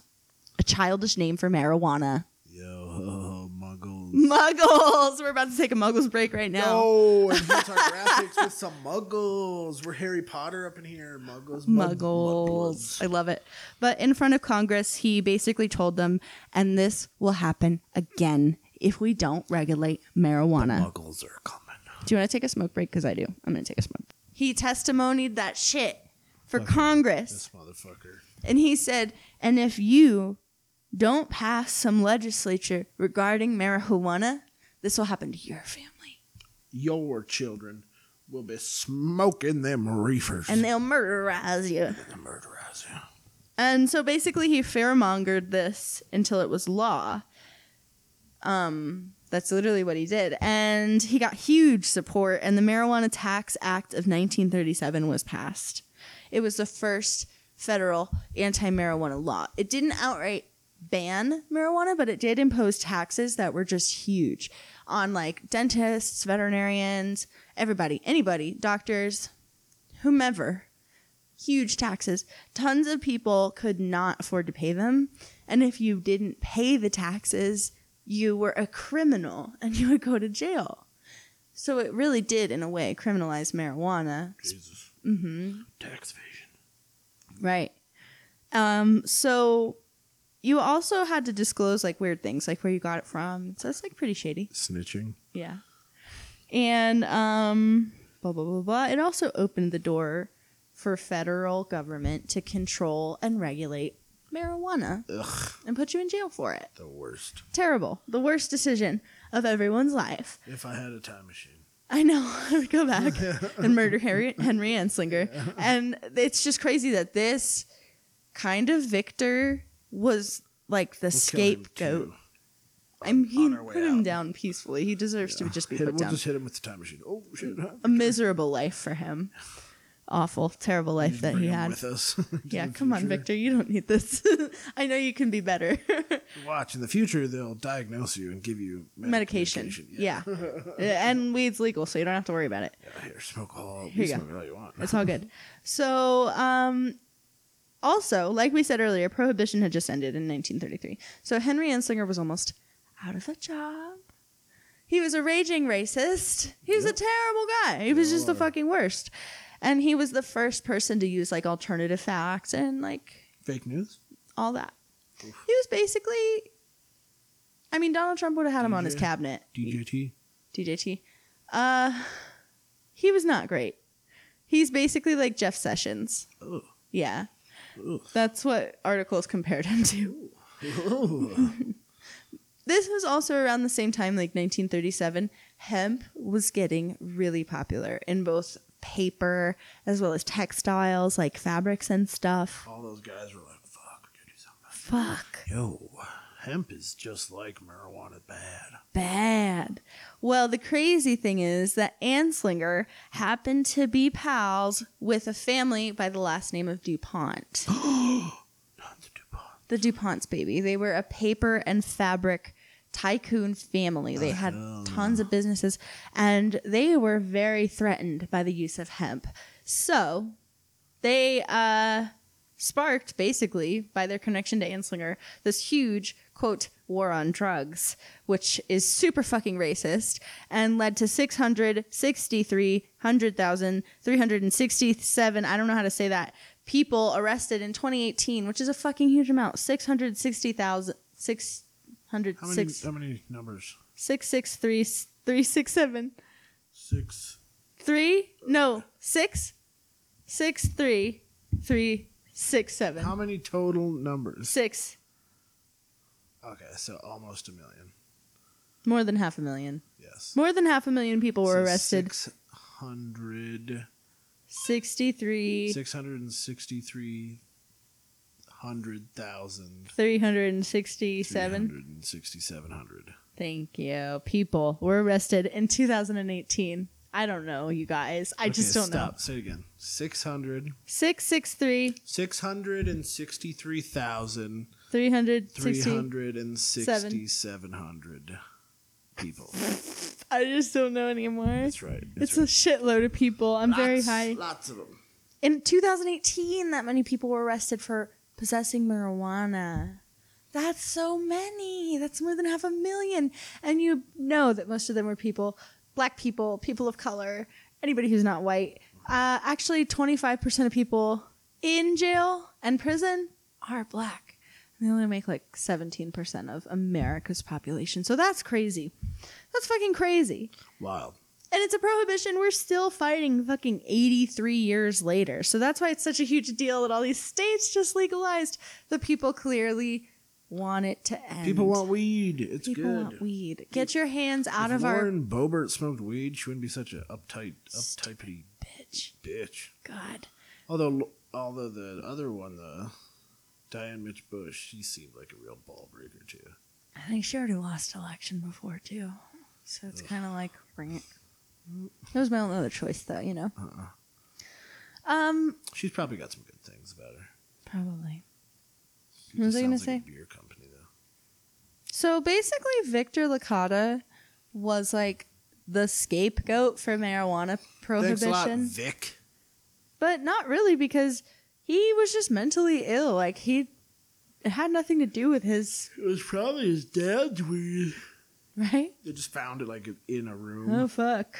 Speaker 2: a childish name for marijuana.
Speaker 4: Yo, ho, ho, muggles.
Speaker 2: Muggles. We're about to take a muggles break right now.
Speaker 4: Yo, Oh, and here's our graphics with some muggles. We're Harry Potter up in here. Muggles. mug-
Speaker 2: muggles. I love it. But in front of Congress, he basically told them, and this will happen again if we don't regulate marijuana.
Speaker 4: Muggles are coming.
Speaker 2: Do you want to take a smoke break? Because I do. I'm going to take a smoke. He testimonied that shit for Congress.
Speaker 4: This motherfucker.
Speaker 2: And he said, and if you don't pass some legislature regarding marijuana, this will happen to your family.
Speaker 4: Your children will be smoking them reefers.
Speaker 2: And they'll murderize you.
Speaker 4: the murderers.
Speaker 2: And so basically, he fearmongered this until it was law. Um, that's literally what he did. And he got huge support, and the Marijuana Tax Act of 1937 was passed. It was the first federal anti marijuana law. It didn't outright ban marijuana, but it did impose taxes that were just huge on like dentists, veterinarians, everybody, anybody, doctors, whomever huge taxes. Tons of people could not afford to pay them. And if you didn't pay the taxes, you were a criminal and you would go to jail. So it really did, in a way, criminalize marijuana.
Speaker 4: Jesus.
Speaker 2: hmm
Speaker 4: Tax evasion.
Speaker 2: Right. Um, so you also had to disclose like weird things, like where you got it from. So it's like pretty shady.
Speaker 4: Snitching.
Speaker 2: Yeah. And um blah blah blah blah. It also opened the door for federal government to control and regulate marijuana
Speaker 4: Ugh,
Speaker 2: and put you in jail for it.
Speaker 4: the worst.
Speaker 2: Terrible. The worst decision of everyone's life.
Speaker 4: If I had a time machine.
Speaker 2: I know. [LAUGHS] I would
Speaker 4: [LAUGHS]
Speaker 2: go back and murder Harry, Henry Anslinger. And it's just crazy that this kind of victor was like the
Speaker 4: We'll kill him
Speaker 2: scapegoat.
Speaker 4: too.
Speaker 2: I mean,
Speaker 4: on our way
Speaker 2: put him
Speaker 4: out.
Speaker 2: down peacefully. He deserves to just be
Speaker 4: Hit-
Speaker 2: put
Speaker 4: we'll
Speaker 2: down.
Speaker 4: just hit him with the time machine. Oh shit! Huh?
Speaker 2: a miserable life for him. Awful, terrible life that
Speaker 4: Bring
Speaker 2: he
Speaker 4: him
Speaker 2: had.
Speaker 4: with us.
Speaker 2: [LAUGHS] Yeah, come on, Victor. You don't need this. [LAUGHS] I know you can be better.
Speaker 4: Watch in the future they'll diagnose you and give you med-
Speaker 2: medication. Yeah.
Speaker 4: [LAUGHS]
Speaker 2: Yeah, and weed's legal, so you don't have to worry about it.
Speaker 4: Yeah, Here, smoke all.
Speaker 2: Here
Speaker 4: Here
Speaker 2: you
Speaker 4: you
Speaker 2: go.
Speaker 4: smoke all you want.
Speaker 2: It's all good. So, um, also, like we said earlier, prohibition had just ended in 1933. So Henry Anslinger was almost out of a job. He was a raging racist. He was a
Speaker 4: Yep.
Speaker 2: terrible guy. He was just the
Speaker 4: Sure.
Speaker 2: fucking worst. And he was the first person to use like alternative facts and like
Speaker 4: Fake news.
Speaker 2: all that. He was basically, I mean, Donald Trump would have had him on his
Speaker 4: DJ.
Speaker 2: cabinet.
Speaker 4: DJT.
Speaker 2: DJT. Uh, he was not great. He's basically like Jeff Sessions.
Speaker 4: Oh.
Speaker 2: Yeah,
Speaker 4: Ugh.
Speaker 2: that's what articles compared him to.
Speaker 4: Oh.
Speaker 2: This was also around the same time, like 1937. Hemp was getting really popular in both paper as well as textiles, like fabrics and stuff.
Speaker 4: all those guys were like, "Fuck, we gotta do something."
Speaker 2: Fuck.
Speaker 4: Yo, hemp is just like marijuana bad.
Speaker 2: bad. Well, the crazy thing is that Anslinger happened to be pals with a family by the last name of DuPont,
Speaker 4: Not to DuPont.
Speaker 2: the DuPont's baby. They were a paper and fabric tycoon family. They had tons of businesses and they were very threatened by the use of hemp. So they uh, sparked, basically, by their connection to Anslinger, this huge, quote, war on drugs, which is super fucking racist and led to 663, 100,000, 367, I don't know how to say that, people arrested in 2018, which is a fucking huge amount. 660,000,
Speaker 4: How many?
Speaker 2: 606,
Speaker 4: How many numbers?
Speaker 2: 663, 367.
Speaker 4: Six.
Speaker 2: three no six six three three six seven
Speaker 4: How many total numbers?
Speaker 2: six
Speaker 4: Okay, so almost a million.
Speaker 2: more than half a million
Speaker 4: Yes.
Speaker 2: more than half a million people were arrested
Speaker 4: Six hundred.
Speaker 2: 63
Speaker 4: Six hundred and sixty-three hundred thousand.
Speaker 2: 367
Speaker 4: 367 hundred.
Speaker 2: thank you people were arrested in 2018 i don't know you guys i just don't
Speaker 4: stop.
Speaker 2: know
Speaker 4: Say it again. 600.
Speaker 2: 663
Speaker 4: 663,000.
Speaker 2: 360
Speaker 4: 36700 people.
Speaker 2: i just don't know anymore
Speaker 4: That's right.
Speaker 2: it's a shitload of people i'm very high
Speaker 4: Lots of them.
Speaker 2: in 2018 that many people were arrested for possessing marijuana that's so many that's more than half a million and you know that most of them were people black people people of color anybody who's not white uh, actually 25% of people in jail and prison are black and they only make like 17% of america's population so that's crazy that's fucking crazy
Speaker 4: Wild.
Speaker 2: and it's a prohibition we're still fighting fucking 83 years later. So that's why it's such a huge deal that all these states just legalized. The people clearly want it to end.
Speaker 4: People want weed. It's
Speaker 2: People
Speaker 4: good.
Speaker 2: want weed. Get your hands out
Speaker 4: if
Speaker 2: of our
Speaker 4: Lauren Boebert smoked weed, she wouldn't be such a uptight, uptighty
Speaker 2: bitch.
Speaker 4: bitch.
Speaker 2: God.
Speaker 4: Although, although the other one, the Diane Mitch Bush, she seemed like a real ball breaker too.
Speaker 2: I think she already lost election before too, so it's kind of like bring it. That was my only other choice, though. You know.
Speaker 4: Uh-uh.
Speaker 2: Um,
Speaker 4: She's probably got some good things about her.
Speaker 2: probably.
Speaker 4: She
Speaker 2: What was
Speaker 4: just
Speaker 2: I gonna
Speaker 4: sounds like
Speaker 2: say?
Speaker 4: A beer company though.
Speaker 2: So basically, Victor Licata was like the scapegoat for marijuana
Speaker 4: Thanks a lot,
Speaker 2: prohibition,
Speaker 4: Vic.
Speaker 2: but not really because he was just mentally ill. Like he it had nothing to do with his [LAUGHS]
Speaker 4: It was probably his dad's weed.
Speaker 2: right.
Speaker 4: They just found it like in a room.
Speaker 2: Oh fuck.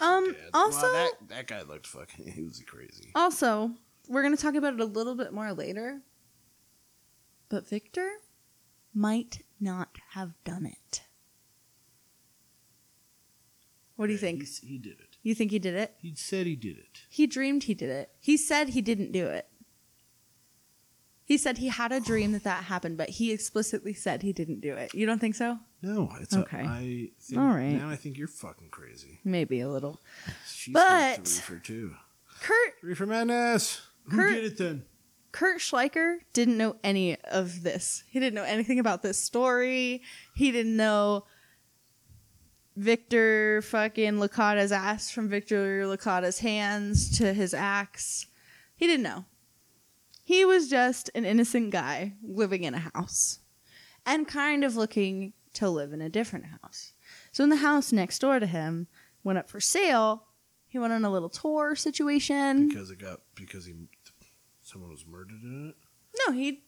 Speaker 2: Um.
Speaker 4: Dad. Wow,
Speaker 2: Also,
Speaker 4: that that guy looked fucking. [LAUGHS] He was crazy.
Speaker 2: Also, we're going to talk about it a little bit more later. But Victor might not have done it. What do you think?
Speaker 4: He's- He, did it.
Speaker 2: You think he did it?
Speaker 4: He said he did it.
Speaker 2: He dreamed he did it. He said he didn't do it. He said he had a dream that that happened, but he explicitly said he didn't do it. You don't think so?
Speaker 4: No, it's
Speaker 2: Okay.
Speaker 4: A, I think,
Speaker 2: All right.
Speaker 4: Now I think you're fucking crazy.
Speaker 2: Maybe a little.
Speaker 4: She
Speaker 2: But-
Speaker 4: smoked a reefer too.
Speaker 2: Kurt
Speaker 4: Reefer madness.
Speaker 2: Kurt-
Speaker 4: Who did it then?
Speaker 2: Kurt Schleicher didn't know any of this. He didn't know anything about this story. He didn't know Victor fucking Licata's ass from Victor Licata's hands to his axe. He didn't know. He was just an innocent guy living in a house and kind of looking to live in a different house. So in the house next door to him went up for sale. He went on a little tour situation.
Speaker 4: Because it got because he someone was murdered in it.
Speaker 2: No, he.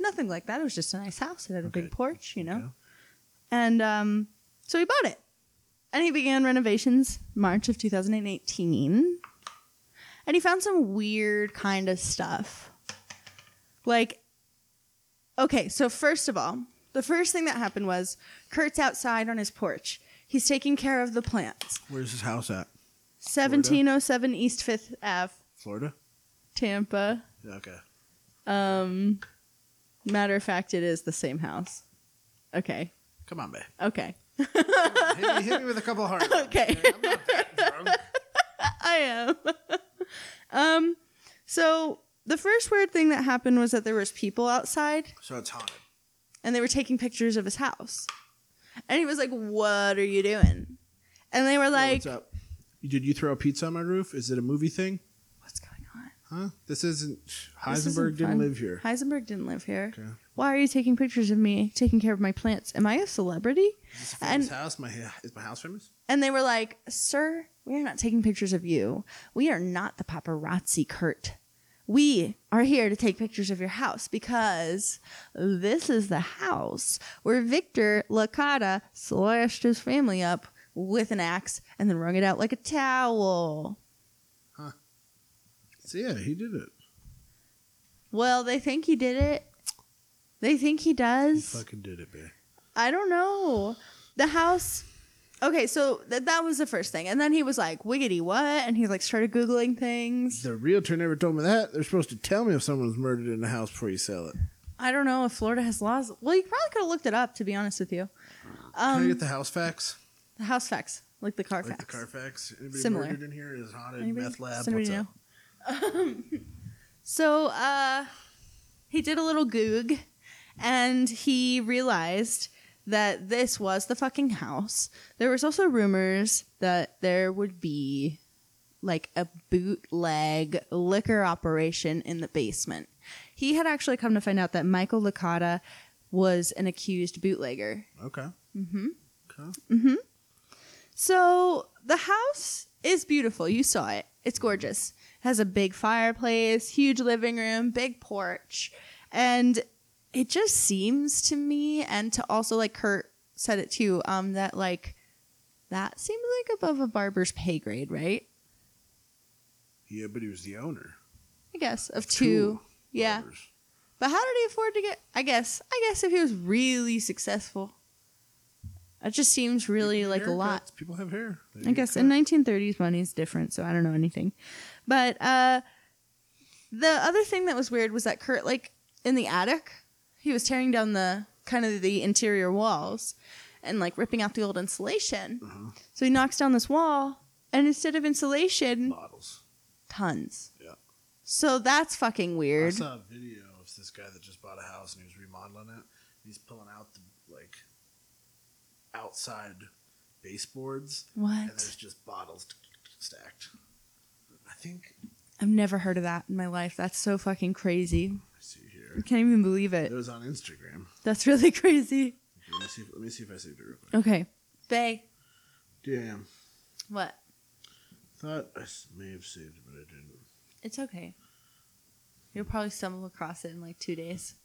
Speaker 2: Nothing like that. It was just a nice house. It had a big
Speaker 4: Okay.
Speaker 2: porch, you know?
Speaker 4: Okay.
Speaker 2: And um, so he bought it. And he began renovations March of 2018. And he found some weird kind of stuff. Like, okay, so first of all, the first thing that happened was Kurt's outside on his porch. He's taking care of the plants.
Speaker 4: Where's his house at?
Speaker 2: 1707 East 5th Ave,
Speaker 4: Florida.
Speaker 2: Tampa.
Speaker 4: Yeah, Okay.
Speaker 2: Um, matter of fact, it is the same house. Okay.
Speaker 4: Come on, babe.
Speaker 2: Okay.
Speaker 4: hit, me, hit me with a couple of hard. ones,
Speaker 2: Okay.
Speaker 4: I'm not that drunk.
Speaker 2: [LAUGHS] I am. [LAUGHS] um, so the first weird thing that happened was that there was people outside
Speaker 4: So it's haunted.
Speaker 2: and they were taking pictures of his house. And he was like, "What are you doing?" And they were
Speaker 4: Yo,
Speaker 2: [LAUGHS] like,
Speaker 4: what's up? Did you throw a pizza on my roof? Is it a movie thing?
Speaker 2: "What's going on?"
Speaker 4: Huh? This isn't. Heisenberg
Speaker 2: This isn't
Speaker 4: didn't
Speaker 2: fun.
Speaker 4: live here.
Speaker 2: Heisenberg didn't live here.
Speaker 4: Okay.
Speaker 2: Why are you taking pictures of me taking care of my plants? Am I a celebrity?
Speaker 4: Is this a
Speaker 2: And-
Speaker 4: famous house? My is my house famous?
Speaker 2: And they were like, Sir, we are not taking pictures of you. We are not the paparazzi, Kurt. We are here to take pictures of your house because this is the house where Victor Licata slashed his family up with an axe and then wrung it out like a towel.
Speaker 4: So yeah, he did it.
Speaker 2: Well, they think he did it. They think he
Speaker 4: He
Speaker 2: does.
Speaker 4: fucking did it, babe.
Speaker 2: I don't know. The house. Okay, so th- that was the first thing. And then he was like, Wiggity, what? And he like started Googling things.
Speaker 4: The realtor never told me that. They're supposed to tell me if someone's murdered in the house before you sell it.
Speaker 2: I don't know if Florida has laws. Well, you probably could have looked it up, to be honest with you.
Speaker 4: Can I
Speaker 2: Um,
Speaker 4: get the house facts?
Speaker 2: the house facts, like the car
Speaker 4: Like
Speaker 2: facts.
Speaker 4: the Carfax? Anybody
Speaker 2: Similar.
Speaker 4: murdered in here? Is it haunted?
Speaker 2: Anybody?
Speaker 4: Meth lab?
Speaker 2: Does
Speaker 4: What's
Speaker 2: anybody
Speaker 4: up?
Speaker 2: so uh, he did a little goog, and he realized that this was the fucking house. There was also rumors that there would be like a bootleg liquor operation in the basement. He had actually come to find out that Michael Licata was an accused bootlegger.
Speaker 4: Okay. Mm-hmm. Okay.
Speaker 2: So the house is beautiful. You saw it. It's gorgeous. It has a big fireplace, huge living room, big porch. And it just seems to me, and to also like Kurt said it too, um, that like that seems like above a barber's pay grade, right?
Speaker 4: Yeah, but he was the owner.
Speaker 2: I guess. Of two.
Speaker 4: Two
Speaker 2: yeah.
Speaker 4: Robbers.
Speaker 2: But how did he afford to get I guess I guess if he was really successful. That just seems really like a lot.
Speaker 4: Haircuts. People have hair. They
Speaker 2: I
Speaker 4: get
Speaker 2: guess
Speaker 4: cut.
Speaker 2: in 1930s money's different, so I don't know anything. But uh, the other thing that was weird was that Kurt, like in the attic, he he was tearing down the kind of the interior walls and like ripping out the old insulation. So he knocks down this wall, and instead of insulation,
Speaker 4: Bottles.
Speaker 2: tons.
Speaker 4: Yeah.
Speaker 2: So that's fucking
Speaker 4: I
Speaker 2: weird.
Speaker 4: saw a video of this guy that just bought a house and he was remodeling it. He's pulling out the like outside baseboards, and
Speaker 2: What?
Speaker 4: there's just bottles stacked. I think.
Speaker 2: I've never heard of that in my life. That's so fucking crazy.
Speaker 4: Let's see
Speaker 2: I
Speaker 4: here.
Speaker 2: can't even believe it.
Speaker 4: It was on Instagram.
Speaker 2: That's really [LAUGHS] crazy.
Speaker 4: Let me see. If, let me see if I saved it real quick.
Speaker 2: Okay. Bay,
Speaker 4: Damn.
Speaker 2: what?
Speaker 4: Thought I s- may have saved it, but I didn't.
Speaker 2: It's okay. You'll probably stumble across it in like two days. [LAUGHS]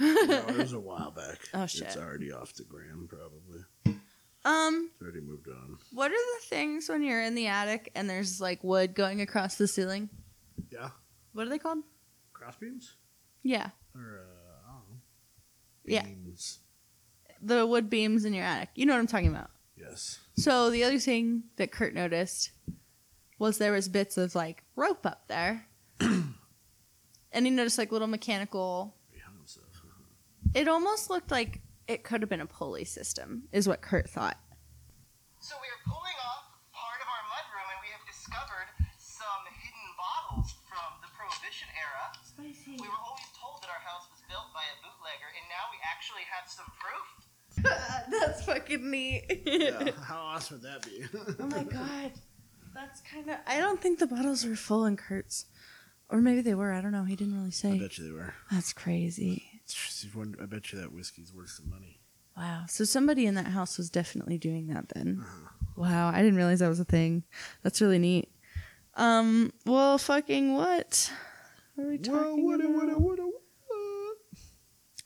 Speaker 4: No, it was a while back.
Speaker 2: Oh, shit.
Speaker 4: It's already off the gram, probably.
Speaker 2: Um,
Speaker 4: It's already moved on.
Speaker 2: what are the things when you're in the attic and there's like wood going across the ceiling?
Speaker 4: Yeah.
Speaker 2: What are they called?
Speaker 4: Cross beams
Speaker 2: Yeah.
Speaker 4: or uh, I don't know.
Speaker 2: Yeah.
Speaker 4: Beams.
Speaker 2: The wood beams in your attic. You know what I'm talking about.
Speaker 4: Yes.
Speaker 2: So the other thing that Kurt noticed was there was bits of like rope up [CLEARS THROAT] there. and he noticed like little mechanical
Speaker 4: He hung himself.
Speaker 2: it almost looked like it could have been a pulley system, is what Kurt thought.
Speaker 5: So we are pulling off part of our mudroom and we have discovered some hidden bottles from the Prohibition era. We were always told that our house was built by a bootlegger, and now we actually have some proof.
Speaker 2: [LAUGHS] That's fucking neat.
Speaker 4: [LAUGHS]
Speaker 2: [LAUGHS]
Speaker 4: Yeah, how awesome would that be?
Speaker 2: oh my god. That's kind of. I don't think the bottles were full in Kurt's. Or maybe they were. I don't know. He didn't really
Speaker 4: I
Speaker 2: say.
Speaker 4: bet you they were.
Speaker 2: That's crazy.
Speaker 4: She's wonder- I bet you that whiskey's worth some money.
Speaker 2: Wow. So somebody in that house was definitely doing that then. Wow. I didn't realize that was a thing. That's really neat. Um. Well, fucking what? What Are we talking about?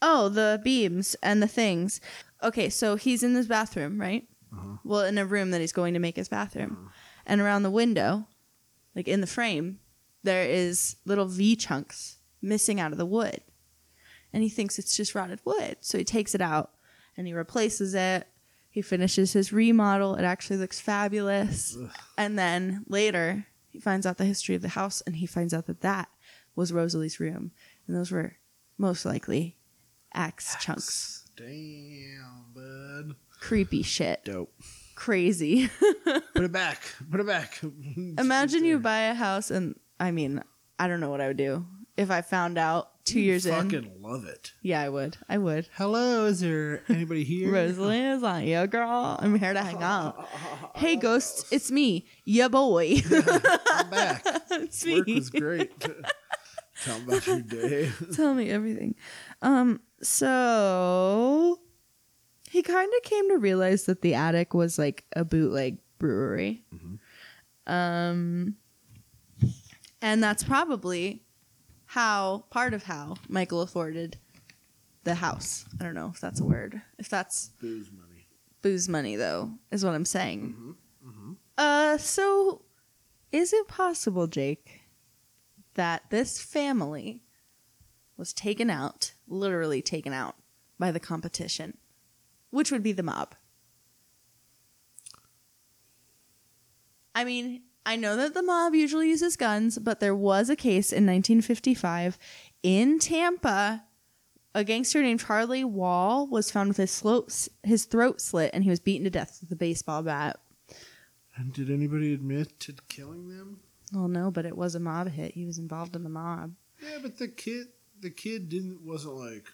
Speaker 2: Oh, the beams and the things. Okay, so he's in this bathroom, right? Well, in a room that he's going to make his bathroom. And around the window, like in the frame, there is little V chunks missing out of the wood. And he thinks it's just rotted wood. So he takes it out and he replaces it. He finishes his remodel. It actually looks fabulous. And then later, he finds out the history of the house and he finds out that that was Rosalie's room. And those were most likely axe chunks.
Speaker 4: Damn, bud.
Speaker 2: Creepy shit.
Speaker 4: Dope.
Speaker 2: Crazy.
Speaker 4: Put it back. Put it back.
Speaker 2: [LAUGHS] Imagine you buy a house and I mean, I don't know what I would do if I found out two years in.
Speaker 4: Fucking love it.
Speaker 2: Yeah, I would. I would.
Speaker 4: Hello, is there anybody here?
Speaker 2: Rosalie is on yo girl. I'm here to
Speaker 4: [LAUGHS]
Speaker 2: hang out. Hey ghosts, it's me, ya boy. [LAUGHS]
Speaker 4: I'm back.
Speaker 2: it's
Speaker 4: Work
Speaker 2: me.
Speaker 4: was great. Tell me about your day.
Speaker 2: [LAUGHS] Tell me everything. Um, so he kind of came to realize that the attic was like a bootleg brewery. Um, and that's probably how part of how Michael afforded the house. I don't know if that's a word. If that's
Speaker 4: Booze money.
Speaker 2: booze money though, is what I'm saying. Uh, so is it possible, Jake, that this family was taken out, literally taken out by the competition, which would be the mob? I mean, I know that the mob usually uses guns, but there was a case in 1955 in Tampa. A gangster named Charlie Wall was found with his, slo- his throat slit and he was beaten to death with a baseball bat.
Speaker 4: And did anybody admit to killing them?
Speaker 2: Well, no, but it was a mob hit. He was involved in the mob.
Speaker 4: Yeah, but the kid, the kid didn't wasn't like.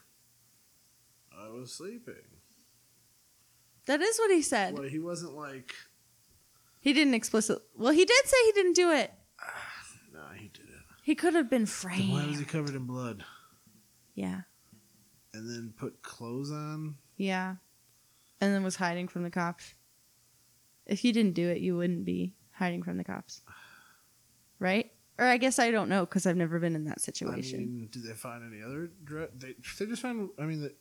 Speaker 4: I was sleeping.
Speaker 2: That is what he said.
Speaker 4: Well, he wasn't like.
Speaker 2: He didn't explicitly. Well, he did say he didn't do it.
Speaker 4: Nah, he did it.
Speaker 2: He could have been
Speaker 4: Then why was he
Speaker 2: framed.
Speaker 4: covered in blood?
Speaker 2: Yeah,
Speaker 4: And then put clothes on.
Speaker 2: yeah. And then was hiding from the cops. If you didn't do it, you wouldn't be hiding from the cops, right? Or I guess I don't know because I've never been in that situation.
Speaker 4: I mean, did they find any other? Dre- they they just found. I mean, the,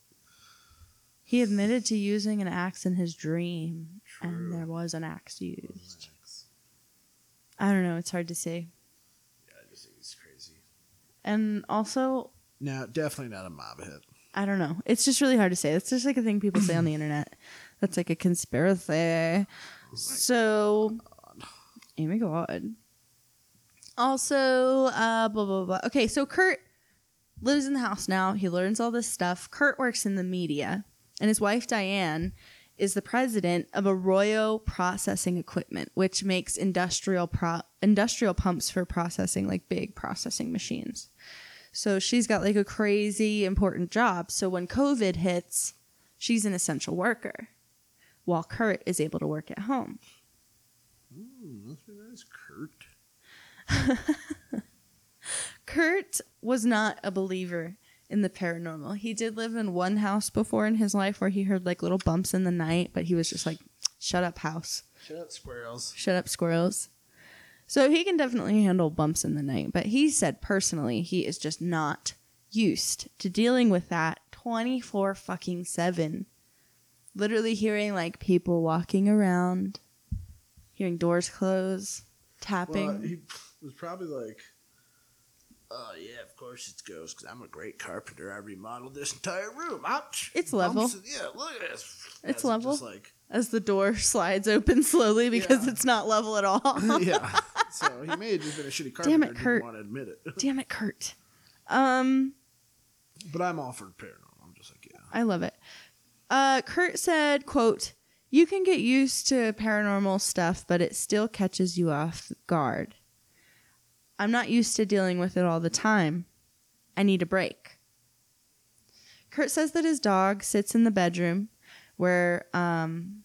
Speaker 2: he admitted to using an axe in his dream,
Speaker 4: True.
Speaker 2: and there was an axe used. I don't know. It's hard to say.
Speaker 4: yeah, I just think it's crazy.
Speaker 2: And also,
Speaker 4: No, definitely not a mob hit.
Speaker 2: I don't know. It's just really hard to say. It's just like a thing people say on the internet. That's like a conspiracy. So, oh my god. Also, uh, blah blah blah. Okay, so Kurt lives in the house now. He learns all this stuff. Kurt works in the media, and his wife Diane is the president of Arroyo Processing Equipment, which makes industrial pro- industrial pumps for processing like big processing machines. So she's got like a crazy important job. So when COVID hits, she's an essential worker, while Kurt is able to work at home.
Speaker 4: hmm, Must be nice, Kurt.
Speaker 2: Kurt was not a believer in the paranormal. He did live in one house before in his life where he heard like little bumps in the night, but he was just like, shut up, house.
Speaker 4: Shut up, squirrels.
Speaker 2: Shut up, squirrels. So he can definitely handle bumps in the night, but he said personally he is just not used to dealing with that 24 fucking 7. Literally hearing like people walking around, hearing doors close, tapping.
Speaker 4: Well, he was probably like, "Oh yeah, of course it goes because I'm a great carpenter. I remodeled this entire room. I'm,
Speaker 2: It's level.
Speaker 4: I'm- yeah, look at this. As it
Speaker 2: level.
Speaker 4: Just like
Speaker 2: as the door [LAUGHS] slides open slowly because
Speaker 4: Yeah.
Speaker 2: it's not level at all.
Speaker 4: [LAUGHS] [LAUGHS] yeah. So he may have just been a shitty carpenter.
Speaker 2: Damn it,
Speaker 4: and
Speaker 2: Kurt.
Speaker 4: Didn't want to admit it.
Speaker 2: [LAUGHS] Damn it, Kurt. Um,
Speaker 4: But I'm all for paranormal. I'm just like, yeah.
Speaker 2: I love it. Uh, Kurt said, "quote You can get used to paranormal stuff, but it still catches you off guard. I'm not used to dealing with it all the time. I need a break." Kurt says that his dog sits in the bedroom where, um,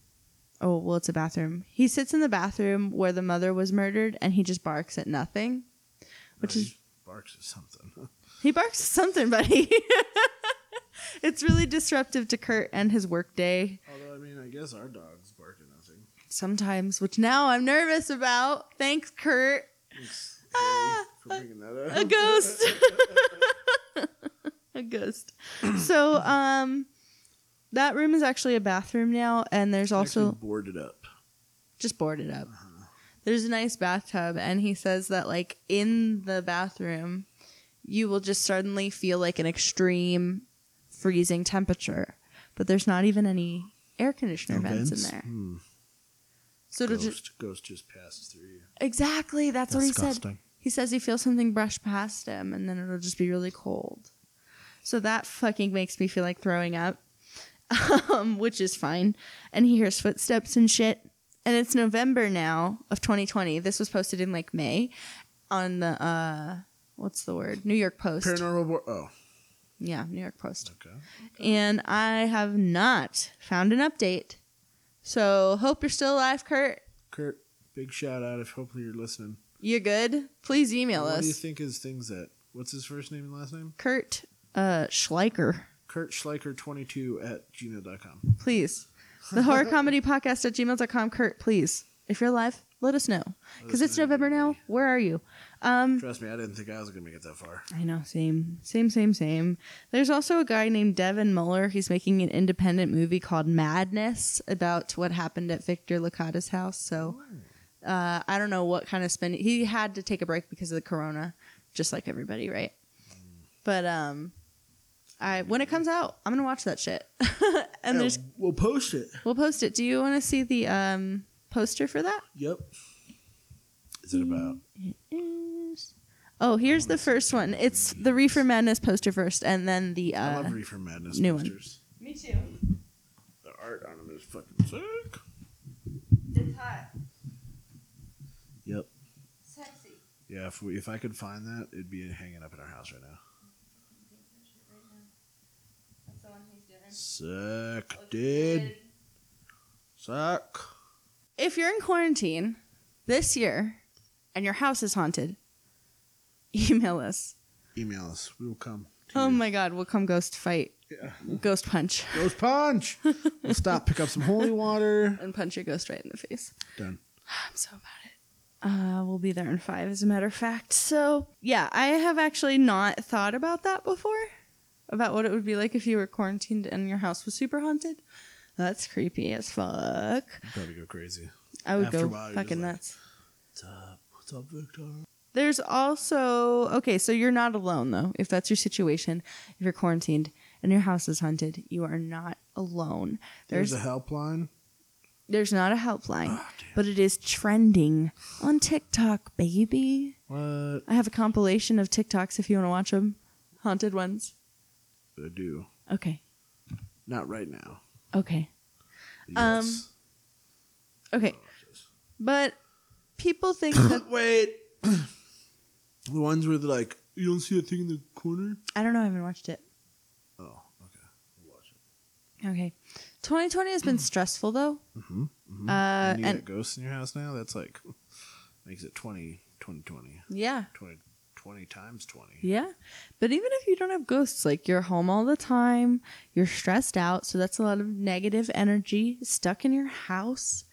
Speaker 2: oh, well, it's a bathroom. He sits in the bathroom where the mother was murdered and he just barks at nothing, which
Speaker 4: No,
Speaker 2: is
Speaker 4: he barks at something.
Speaker 2: he barks at something, buddy. [LAUGHS] it's really disruptive to Kurt and his workday
Speaker 4: Although I mean, I guess our dogs bark at nothing.
Speaker 2: sometimes, which now I'm nervous about. Thanks, Kurt.
Speaker 4: Thanks, Harry, for bringing that up.
Speaker 2: A ghost. [LAUGHS] a ghost. So, um, that room is actually a bathroom now, and there's also
Speaker 4: Actually boarded up.
Speaker 2: just boarded up.
Speaker 4: Uh-huh.
Speaker 2: There's a nice bathtub, and he says that like in the bathroom, you will just suddenly feel like an extreme freezing temperature, but there's not even any air conditioner
Speaker 4: No
Speaker 2: vents,
Speaker 4: vents?
Speaker 2: in there.
Speaker 4: Hmm.
Speaker 2: So it'll
Speaker 4: Ghost,
Speaker 2: just
Speaker 4: ghost just passes through you.
Speaker 2: exactly that's what he said.
Speaker 4: Disgusting.
Speaker 2: He says he feels something brush past him, and then it'll just be really cold. So that fucking makes me feel like throwing up, [LAUGHS] um, which is fine. And he hears footsteps and shit. And it's November now of 2020. This was posted in like May on the uh, what's the word? New York Post.
Speaker 4: Paranormal. Board- oh,
Speaker 2: yeah, New York Post
Speaker 4: okay.
Speaker 2: and I have not found an update. So hope you're still alive, Kurt.
Speaker 4: Kurt, big shout out if hopefully you're listening.
Speaker 2: You good? Please email
Speaker 4: What do you
Speaker 2: us,
Speaker 4: think his things at? What's his first name and last name?
Speaker 2: Kurt uh, Schleicher.
Speaker 4: Kurt Schleicher22 at gmail.com.
Speaker 2: Please, the [LAUGHS] horror comedy podcast at gmail.com. Kurt, please, if you're alive, let us know because it's November now. Where are you? Um,
Speaker 4: Trust me, I didn't think I was going to make it that far.
Speaker 2: I know, same, same, same, same. There's also a guy named Devin Muller. He's making an independent movie called Madness about what happened at Victor Licata's house. So uh, I don't know what kind of spin he had to take a break because of the corona, just like everybody, right? But um, I when it comes out, I'm gonna watch that shit, [LAUGHS] and there's
Speaker 4: we'll post it.
Speaker 2: we'll post it. Do you want to see the um poster for that?
Speaker 4: Yep. Is it about?
Speaker 2: Is- Oh, here's the first one. It's the Reefer Madness poster first, and then the
Speaker 4: I
Speaker 2: uh,
Speaker 4: love Reefer Madness
Speaker 2: new one.
Speaker 4: posters.
Speaker 2: Me too.
Speaker 4: The art on them is fucking sick.
Speaker 2: It's hot.
Speaker 4: Yep.
Speaker 2: Sexy.
Speaker 4: Yeah, if, we, if I could find that, it'd be hanging up in our house right now.
Speaker 2: That's the one he's doing.
Speaker 4: Sick, dude. Suck.
Speaker 2: If you're in quarantine this year and your house is haunted, [LAUGHS] email us.
Speaker 4: Email us. We will come. to
Speaker 2: Oh
Speaker 4: you.
Speaker 2: my god, we'll come ghost fight. Ghost punch.
Speaker 4: Ghost
Speaker 2: [LAUGHS]
Speaker 4: punch. we'll stop, pick up some holy water.
Speaker 2: And punch your ghost right in the face.
Speaker 4: Done.
Speaker 2: I'm so bad at it. Uh, we'll be there in five, as a matter of fact. So, yeah, I have actually not thought about that before. About what it would be like if you were quarantined and your house was super haunted. That's creepy as fuck.
Speaker 4: Probably go crazy.
Speaker 2: I would
Speaker 4: After
Speaker 2: go
Speaker 4: a while, you're just
Speaker 2: fucking
Speaker 4: like-
Speaker 2: nuts.
Speaker 4: What's up? What's up, Victor?
Speaker 2: There's also okay, so you're not alone though. If that's your situation, if you're quarantined and your house is hunted, you are not alone.
Speaker 4: There's,
Speaker 2: There's
Speaker 4: a helpline.
Speaker 2: there's not a helpline,
Speaker 4: Oh, damn.
Speaker 2: but it is trending on TikTok, baby.
Speaker 4: What?
Speaker 2: I have a compilation of TikToks if you want to watch them. haunted ones?
Speaker 4: I do.
Speaker 2: Okay.
Speaker 4: Not right now.
Speaker 2: Okay. Um,
Speaker 4: Yes.
Speaker 2: Okay. But
Speaker 4: [COUGHS]
Speaker 2: people think that
Speaker 4: Wait. [CLEARS THROAT] the ones where they're like, you don't see that thing in the corner?
Speaker 2: I don't know, I haven't watched it.
Speaker 4: Oh, okay. We'll watch it.
Speaker 2: Okay. 2020 has been stressful though.
Speaker 4: Mm-hmm. mm-hmm.
Speaker 2: Uh
Speaker 4: you
Speaker 2: and
Speaker 4: got ghosts in your house now? That's like, [LAUGHS] makes it 20, 20, 20,
Speaker 2: yeah.
Speaker 4: 20, 20 times 20.
Speaker 2: Yeah. But even if you don't have ghosts, like you're home all the time, you're stressed out, so that's a lot of negative energy stuck in your house.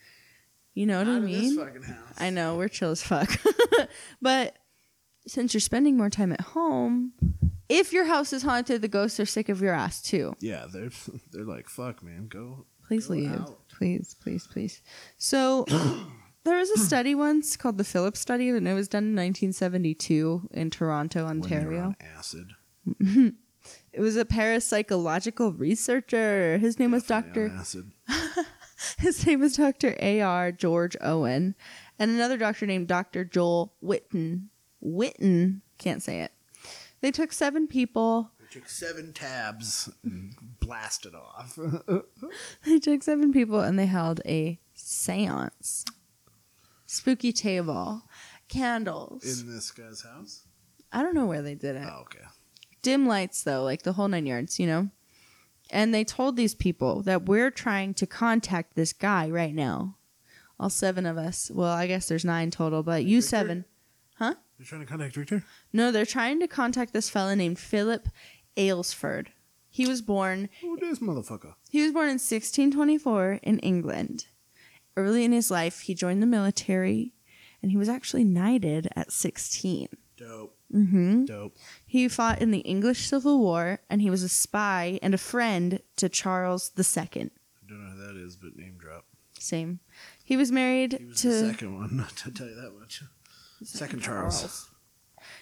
Speaker 2: You know what I mean?
Speaker 4: fucking house.
Speaker 2: I know, we're chill as fuck. [LAUGHS] but since you're spending more time at home, if your house is haunted, the ghosts are sick of your ass too.
Speaker 4: Yeah, they're, [LAUGHS] they're like, fuck, man, go.
Speaker 2: Please
Speaker 4: Go
Speaker 2: leave.
Speaker 4: out.
Speaker 2: Please, please, please. So [CLEARS THROAT] there was a study once called the Phillips study, and it was done in 1972 in Toronto,
Speaker 4: When they're
Speaker 2: Ontario.
Speaker 4: on acid.
Speaker 2: It was a parapsychological researcher. His name was
Speaker 4: Definitely
Speaker 2: Dr.
Speaker 4: on acid.
Speaker 2: [LAUGHS] His name was Dr. A.R. George Owen, and another doctor named Dr. Joel Witten. Witten can't say it. They took seven people. [LAUGHS]
Speaker 4: They took seven tabs and [LAUGHS] blasted off. [LAUGHS]
Speaker 2: They took seven people, and they held a séance, spooky table, candles.
Speaker 4: in this guy's house?
Speaker 2: I don't know where they did it.
Speaker 4: Oh, okay.
Speaker 2: dim lights though like the whole nine yards you know and they told these people that we're trying to contact this guy right now all seven of us well i guess there's nine total but you
Speaker 4: Victor?
Speaker 2: seven
Speaker 4: They're trying to contact Victor?
Speaker 2: no they're trying to contact this fella named philip aylesford he was born
Speaker 4: Who this motherfucker?
Speaker 2: he was born in 1624 in england early in his life he joined the military and he was actually knighted at 16
Speaker 4: Dope.
Speaker 2: mm-hmm
Speaker 4: Dope.
Speaker 2: He fought in the English Civil War, and he was a spy and a friend to Charles II.
Speaker 4: I don't know who that is, but name drop.
Speaker 2: Same. He was married
Speaker 4: He was
Speaker 2: to.
Speaker 4: the second one, [LAUGHS] not to tell you that much. Second Charles.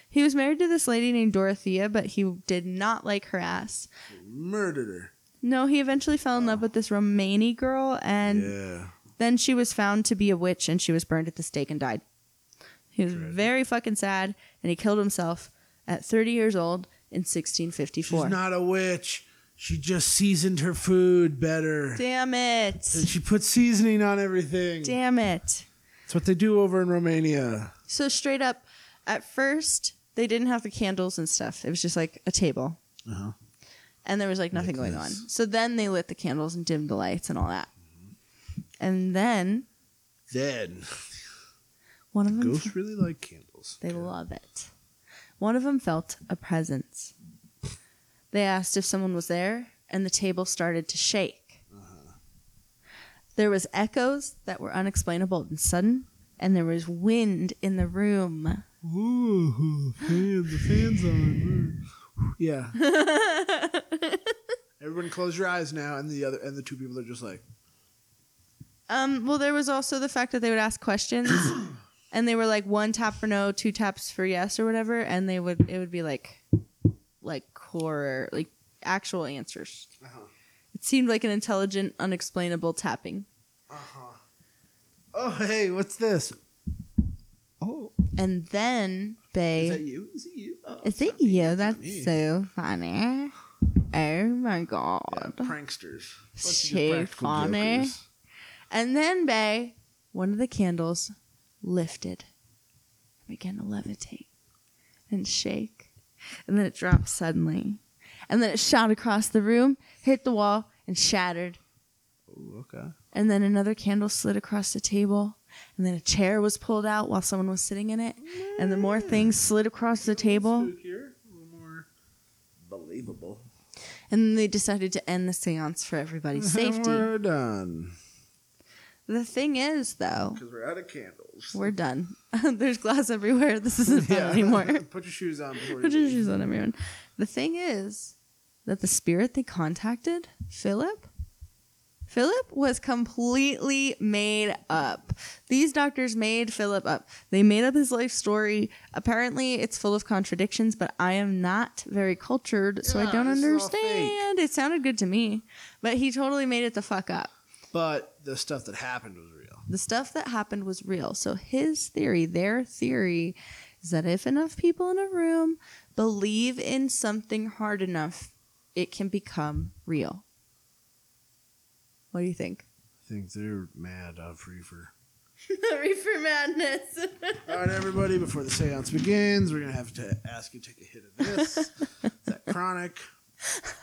Speaker 2: He was married to this lady named Dorothea, but he did not like her ass.
Speaker 4: Murdered her.
Speaker 2: No, he eventually fell in love with this Romani girl, and
Speaker 4: yeah.
Speaker 2: then she was found to be a witch, and she was burned at the stake and died. He was
Speaker 4: Tragic.
Speaker 2: very fucking sad, and he killed himself at 30 years old in 1654.
Speaker 4: She's not a witch. She just seasoned her food better.
Speaker 2: Damn
Speaker 4: And
Speaker 2: it!
Speaker 4: she put seasoning on everything.
Speaker 2: Damn it!
Speaker 4: That's what they do over in Romania.
Speaker 2: So straight up, at first they didn't have the candles and stuff. It was just like a table,
Speaker 4: Uh-huh.
Speaker 2: and there was like nothing
Speaker 4: Like
Speaker 2: going on.
Speaker 4: this.
Speaker 2: So then they lit the candles and dimmed the lights and all that. And then
Speaker 4: Then
Speaker 2: one of them,
Speaker 4: ghosts really like candles.
Speaker 2: they love it. One of them felt a presence. They asked if someone was there, and the table started to shake. There was echoes that were unexplainable and sudden, and there was wind in the room.
Speaker 4: Ooh, fans, the fans on.
Speaker 2: [LAUGHS]
Speaker 4: Yeah. Everyone, close your eyes now, and the other and the two people are just like,
Speaker 2: Um, well, there was also the fact that they would ask questions, and they were like one tap for no, two taps for yes, or whatever, and they would it would be like, like horror, like actual answers.
Speaker 4: Uh-huh.
Speaker 2: It seemed like an intelligent, unexplainable tapping,
Speaker 4: "Oh, hey, what's this? Oh,
Speaker 2: and then
Speaker 4: is that
Speaker 2: they,
Speaker 4: you? Is it you? Oh,
Speaker 2: is it
Speaker 4: it's not me,
Speaker 2: you?
Speaker 4: it's not
Speaker 2: That's
Speaker 4: me."
Speaker 2: so funny. Oh my
Speaker 4: Yeah,
Speaker 2: god!
Speaker 4: pranksters. Bunch of
Speaker 2: So
Speaker 4: good practical
Speaker 2: funny.
Speaker 4: jokers.
Speaker 2: And then Bay, one of the candles lifted and began to levitate and shake. And then it dropped suddenly. And then it shot across the room, hit the wall, and shattered.
Speaker 4: Ooh, okay.
Speaker 2: And then another candle slid across the table. And then a chair was pulled out while someone was sitting in it. And the more things slid across the table.
Speaker 4: Spookier, a little more believable.
Speaker 2: [LAUGHS] And then they decided to end the seance
Speaker 4: [LAUGHS]
Speaker 2: for everybody's safety.
Speaker 4: We're done
Speaker 2: The thing is, though,
Speaker 4: because we're out of candles.
Speaker 2: we're done. [LAUGHS] There's glass everywhere. This isn't
Speaker 4: [LAUGHS]
Speaker 2: fun
Speaker 4: Yeah.
Speaker 2: anymore. [LAUGHS]
Speaker 4: Put your shoes on before you
Speaker 2: Put your
Speaker 4: leave.
Speaker 2: shoes on, everyone. The thing is that the spirit they contacted, Philip, Philip was completely made up. These doctors made Philip up. They made up his life story. Apparently, it's full of contradictions, but I am not very cultured, so I
Speaker 4: Yeah,
Speaker 2: don't
Speaker 4: this is all
Speaker 2: understand. It sounded good to me, but he totally made it the fuck up.
Speaker 4: But the stuff that happened was real.
Speaker 2: The stuff that happened was real. So his theory, their theory, is that if enough people in a room Believe in something hard enough, it can become real. What do you think?
Speaker 4: I think they're mad of Reefer.
Speaker 2: [LAUGHS] Reefer
Speaker 4: [LAUGHS]
Speaker 2: madness.
Speaker 4: All right, everybody, before the seance begins, we're going to have to ask you to take a hit of
Speaker 2: [LAUGHS]
Speaker 4: this. that chronic,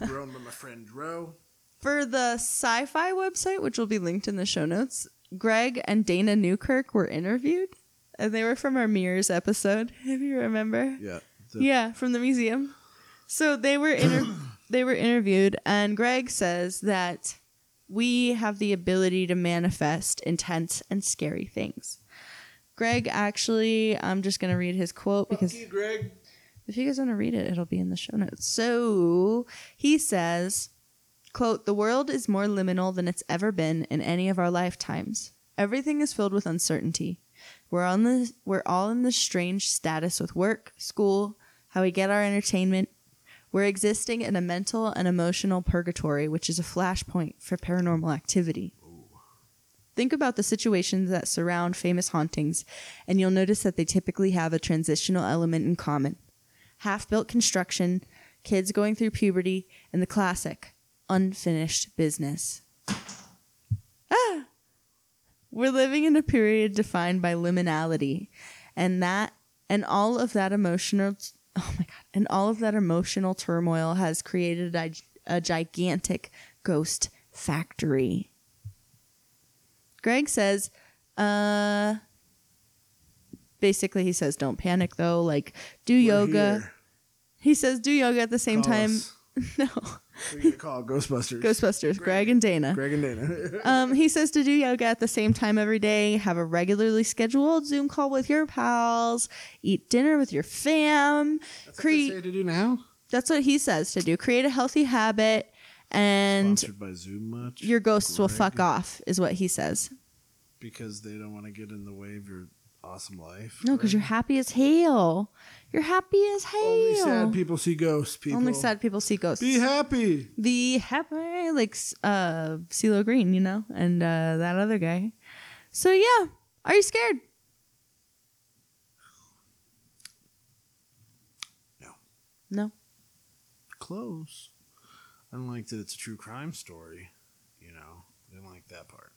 Speaker 4: grown by my friend Roe.
Speaker 2: For the sci fi website, which will be linked in the show notes, Greg and Dana Newkirk were interviewed, and they were from our Mirrors episode, [LAUGHS] if you remember.
Speaker 4: Yeah.
Speaker 2: yeah, from the museum. So they were inter- they were interviewed, and Greg says that we have the ability to manifest intense and scary things. Greg actually, I'm just gonna read his quote because
Speaker 4: Greg.
Speaker 2: if you guys want to read it, it'll be in the show notes. So he says, quote, the world is more liminal than it's ever been in any of our lifetimes. Everything is filled with uncertainty. We're on this we're all in this strange status with work, school, how we get our entertainment. We're existing in a mental and emotional purgatory, which is a flashpoint for paranormal activity. Think about the situations that surround famous hauntings, and you'll notice that they typically have a transitional element in common half built construction, kids going through puberty, and the classic unfinished business. Ah! We're living in a period defined by liminality, and that and all of that emotional oh my god, and all of that emotional turmoil has created a, a gigantic ghost factory. Greg says, uh basically he says don't panic though, like do yoga. He says do yoga at the same time. [LAUGHS] No.
Speaker 4: We're going to call Ghostbusters.
Speaker 2: Ghostbusters, Greg, and Dana.
Speaker 4: Greg and [LAUGHS] Dana.
Speaker 2: Um, he says to do yoga at the same time every day, have a regularly scheduled Zoom call with your pals, eat dinner with your fam.
Speaker 4: That's what they
Speaker 2: Create
Speaker 4: say to do now.
Speaker 2: that's what he says to do. Create a healthy habit and
Speaker 4: Sponsored by Zoom much.
Speaker 2: your ghosts will
Speaker 4: Greg.
Speaker 2: fuck off is what he says.
Speaker 4: Because they don't want to get in the way of your awesome life.
Speaker 2: No, because you're happy as hell. You're happy as hell.
Speaker 4: Only sad people see ghosts, people.
Speaker 2: Only sad people see ghosts.
Speaker 4: Be happy.
Speaker 2: the happy like s- uh CeeLo Green, you know, and uh that other guy. So yeah, are you scared?
Speaker 4: No.
Speaker 2: No.
Speaker 4: Close. I don't like that it's a true crime story. You know, I didn't like that part.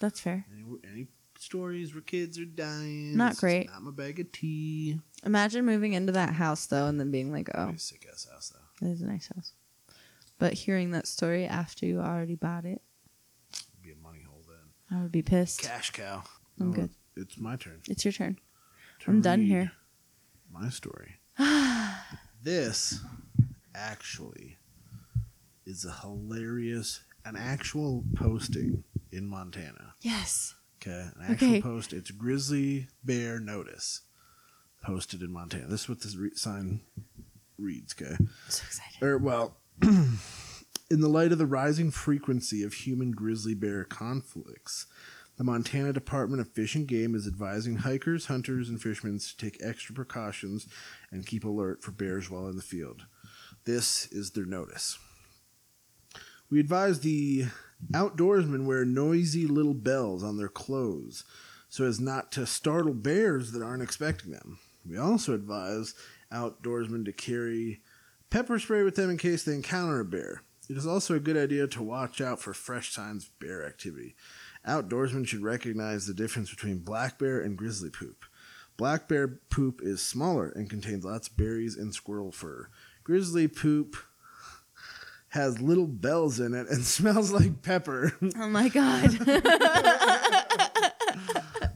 Speaker 2: That's fair.
Speaker 4: Any, any stories where kids are dying.
Speaker 2: Not
Speaker 4: it's just
Speaker 2: great.
Speaker 4: Not my bag of tea.
Speaker 2: Imagine moving into that house though and then being like, "Oh,
Speaker 4: Pretty Sick ass house though.
Speaker 2: that is a nice house." But hearing that story after you already bought it,
Speaker 4: Be a money hole then.
Speaker 2: I would be pissed.
Speaker 4: Cash cow.
Speaker 2: I'm
Speaker 4: Oh,
Speaker 2: good.
Speaker 4: It's my turn.
Speaker 2: It's your turn.
Speaker 4: to
Speaker 2: I'm done
Speaker 4: read
Speaker 2: here.
Speaker 4: My
Speaker 2: [SIGHS]
Speaker 4: story. this actually is a hilarious, an actual posting in Montana.
Speaker 2: Yes.
Speaker 4: Okay, an actual
Speaker 2: Okay.
Speaker 4: post. It's grizzly bear notice posted in Montana. This is what this re- sign reads. Okay,
Speaker 2: so excited.
Speaker 4: or well, [CLEARS THROAT] in the light of the rising frequency of human grizzly bear conflicts, the Montana Department of Fish and Game is advising hikers, hunters, and fishermen to take extra precautions and keep alert for bears while in the field. This is their notice. We advise the outdoorsmen wear noisy little bells on their clothes so as not to startle bears that aren't expecting them. We also advise outdoorsmen to carry pepper spray with them in case they encounter a bear. It is also a good idea to watch out for fresh signs of bear activity. Outdoorsmen should recognize the difference between black bear and grizzly poop. Black bear poop is smaller and contains lots of berries and squirrel fur. Grizzly poop has little bells in it and [LAUGHS] smells like pepper [LAUGHS]
Speaker 2: Oh my god. [LAUGHS]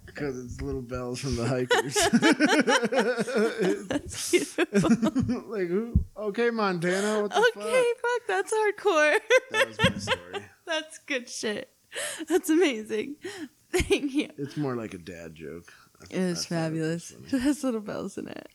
Speaker 4: because it's little bells from the hikers. [LAUGHS] like, who? Okay, Montana. What the
Speaker 2: okay, fuck, that's hardcore.
Speaker 4: fuck? That was my story.
Speaker 2: That's good shit. That's amazing. Thank you.
Speaker 4: It's more like a dad joke.
Speaker 2: It was
Speaker 4: thought it
Speaker 2: fabulous. It has little bells in it.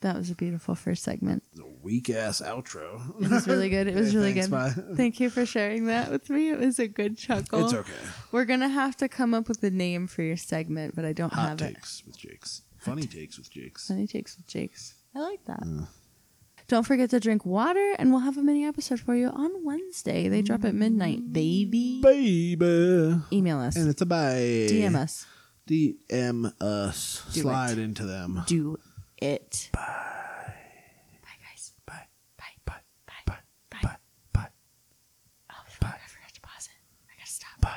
Speaker 2: That was a beautiful first segment.
Speaker 4: It's a weak ass outro.
Speaker 2: It was
Speaker 4: [LAUGHS]
Speaker 2: really good. It was really
Speaker 4: thanks,
Speaker 2: good.
Speaker 4: bye.
Speaker 2: [LAUGHS] Thank you for sharing that with me. It was a good chuckle.
Speaker 4: It's okay.
Speaker 2: We're gonna have to come up with a name for your segment, but I don't
Speaker 4: Hot
Speaker 2: have it.
Speaker 4: takes with Jakes. Funny takes with Jakes.
Speaker 2: Sunny takes with Jake's. I like that. Don't forget to drink water, and we'll have a mini episode for you on Wednesday. They drop at midnight, baby.
Speaker 4: Baby.
Speaker 2: Email us,
Speaker 4: And it's a bye.
Speaker 2: DM us,
Speaker 4: DM us.
Speaker 2: Do
Speaker 4: Slide
Speaker 2: it.
Speaker 4: into them.
Speaker 2: do it. Bye. Oh,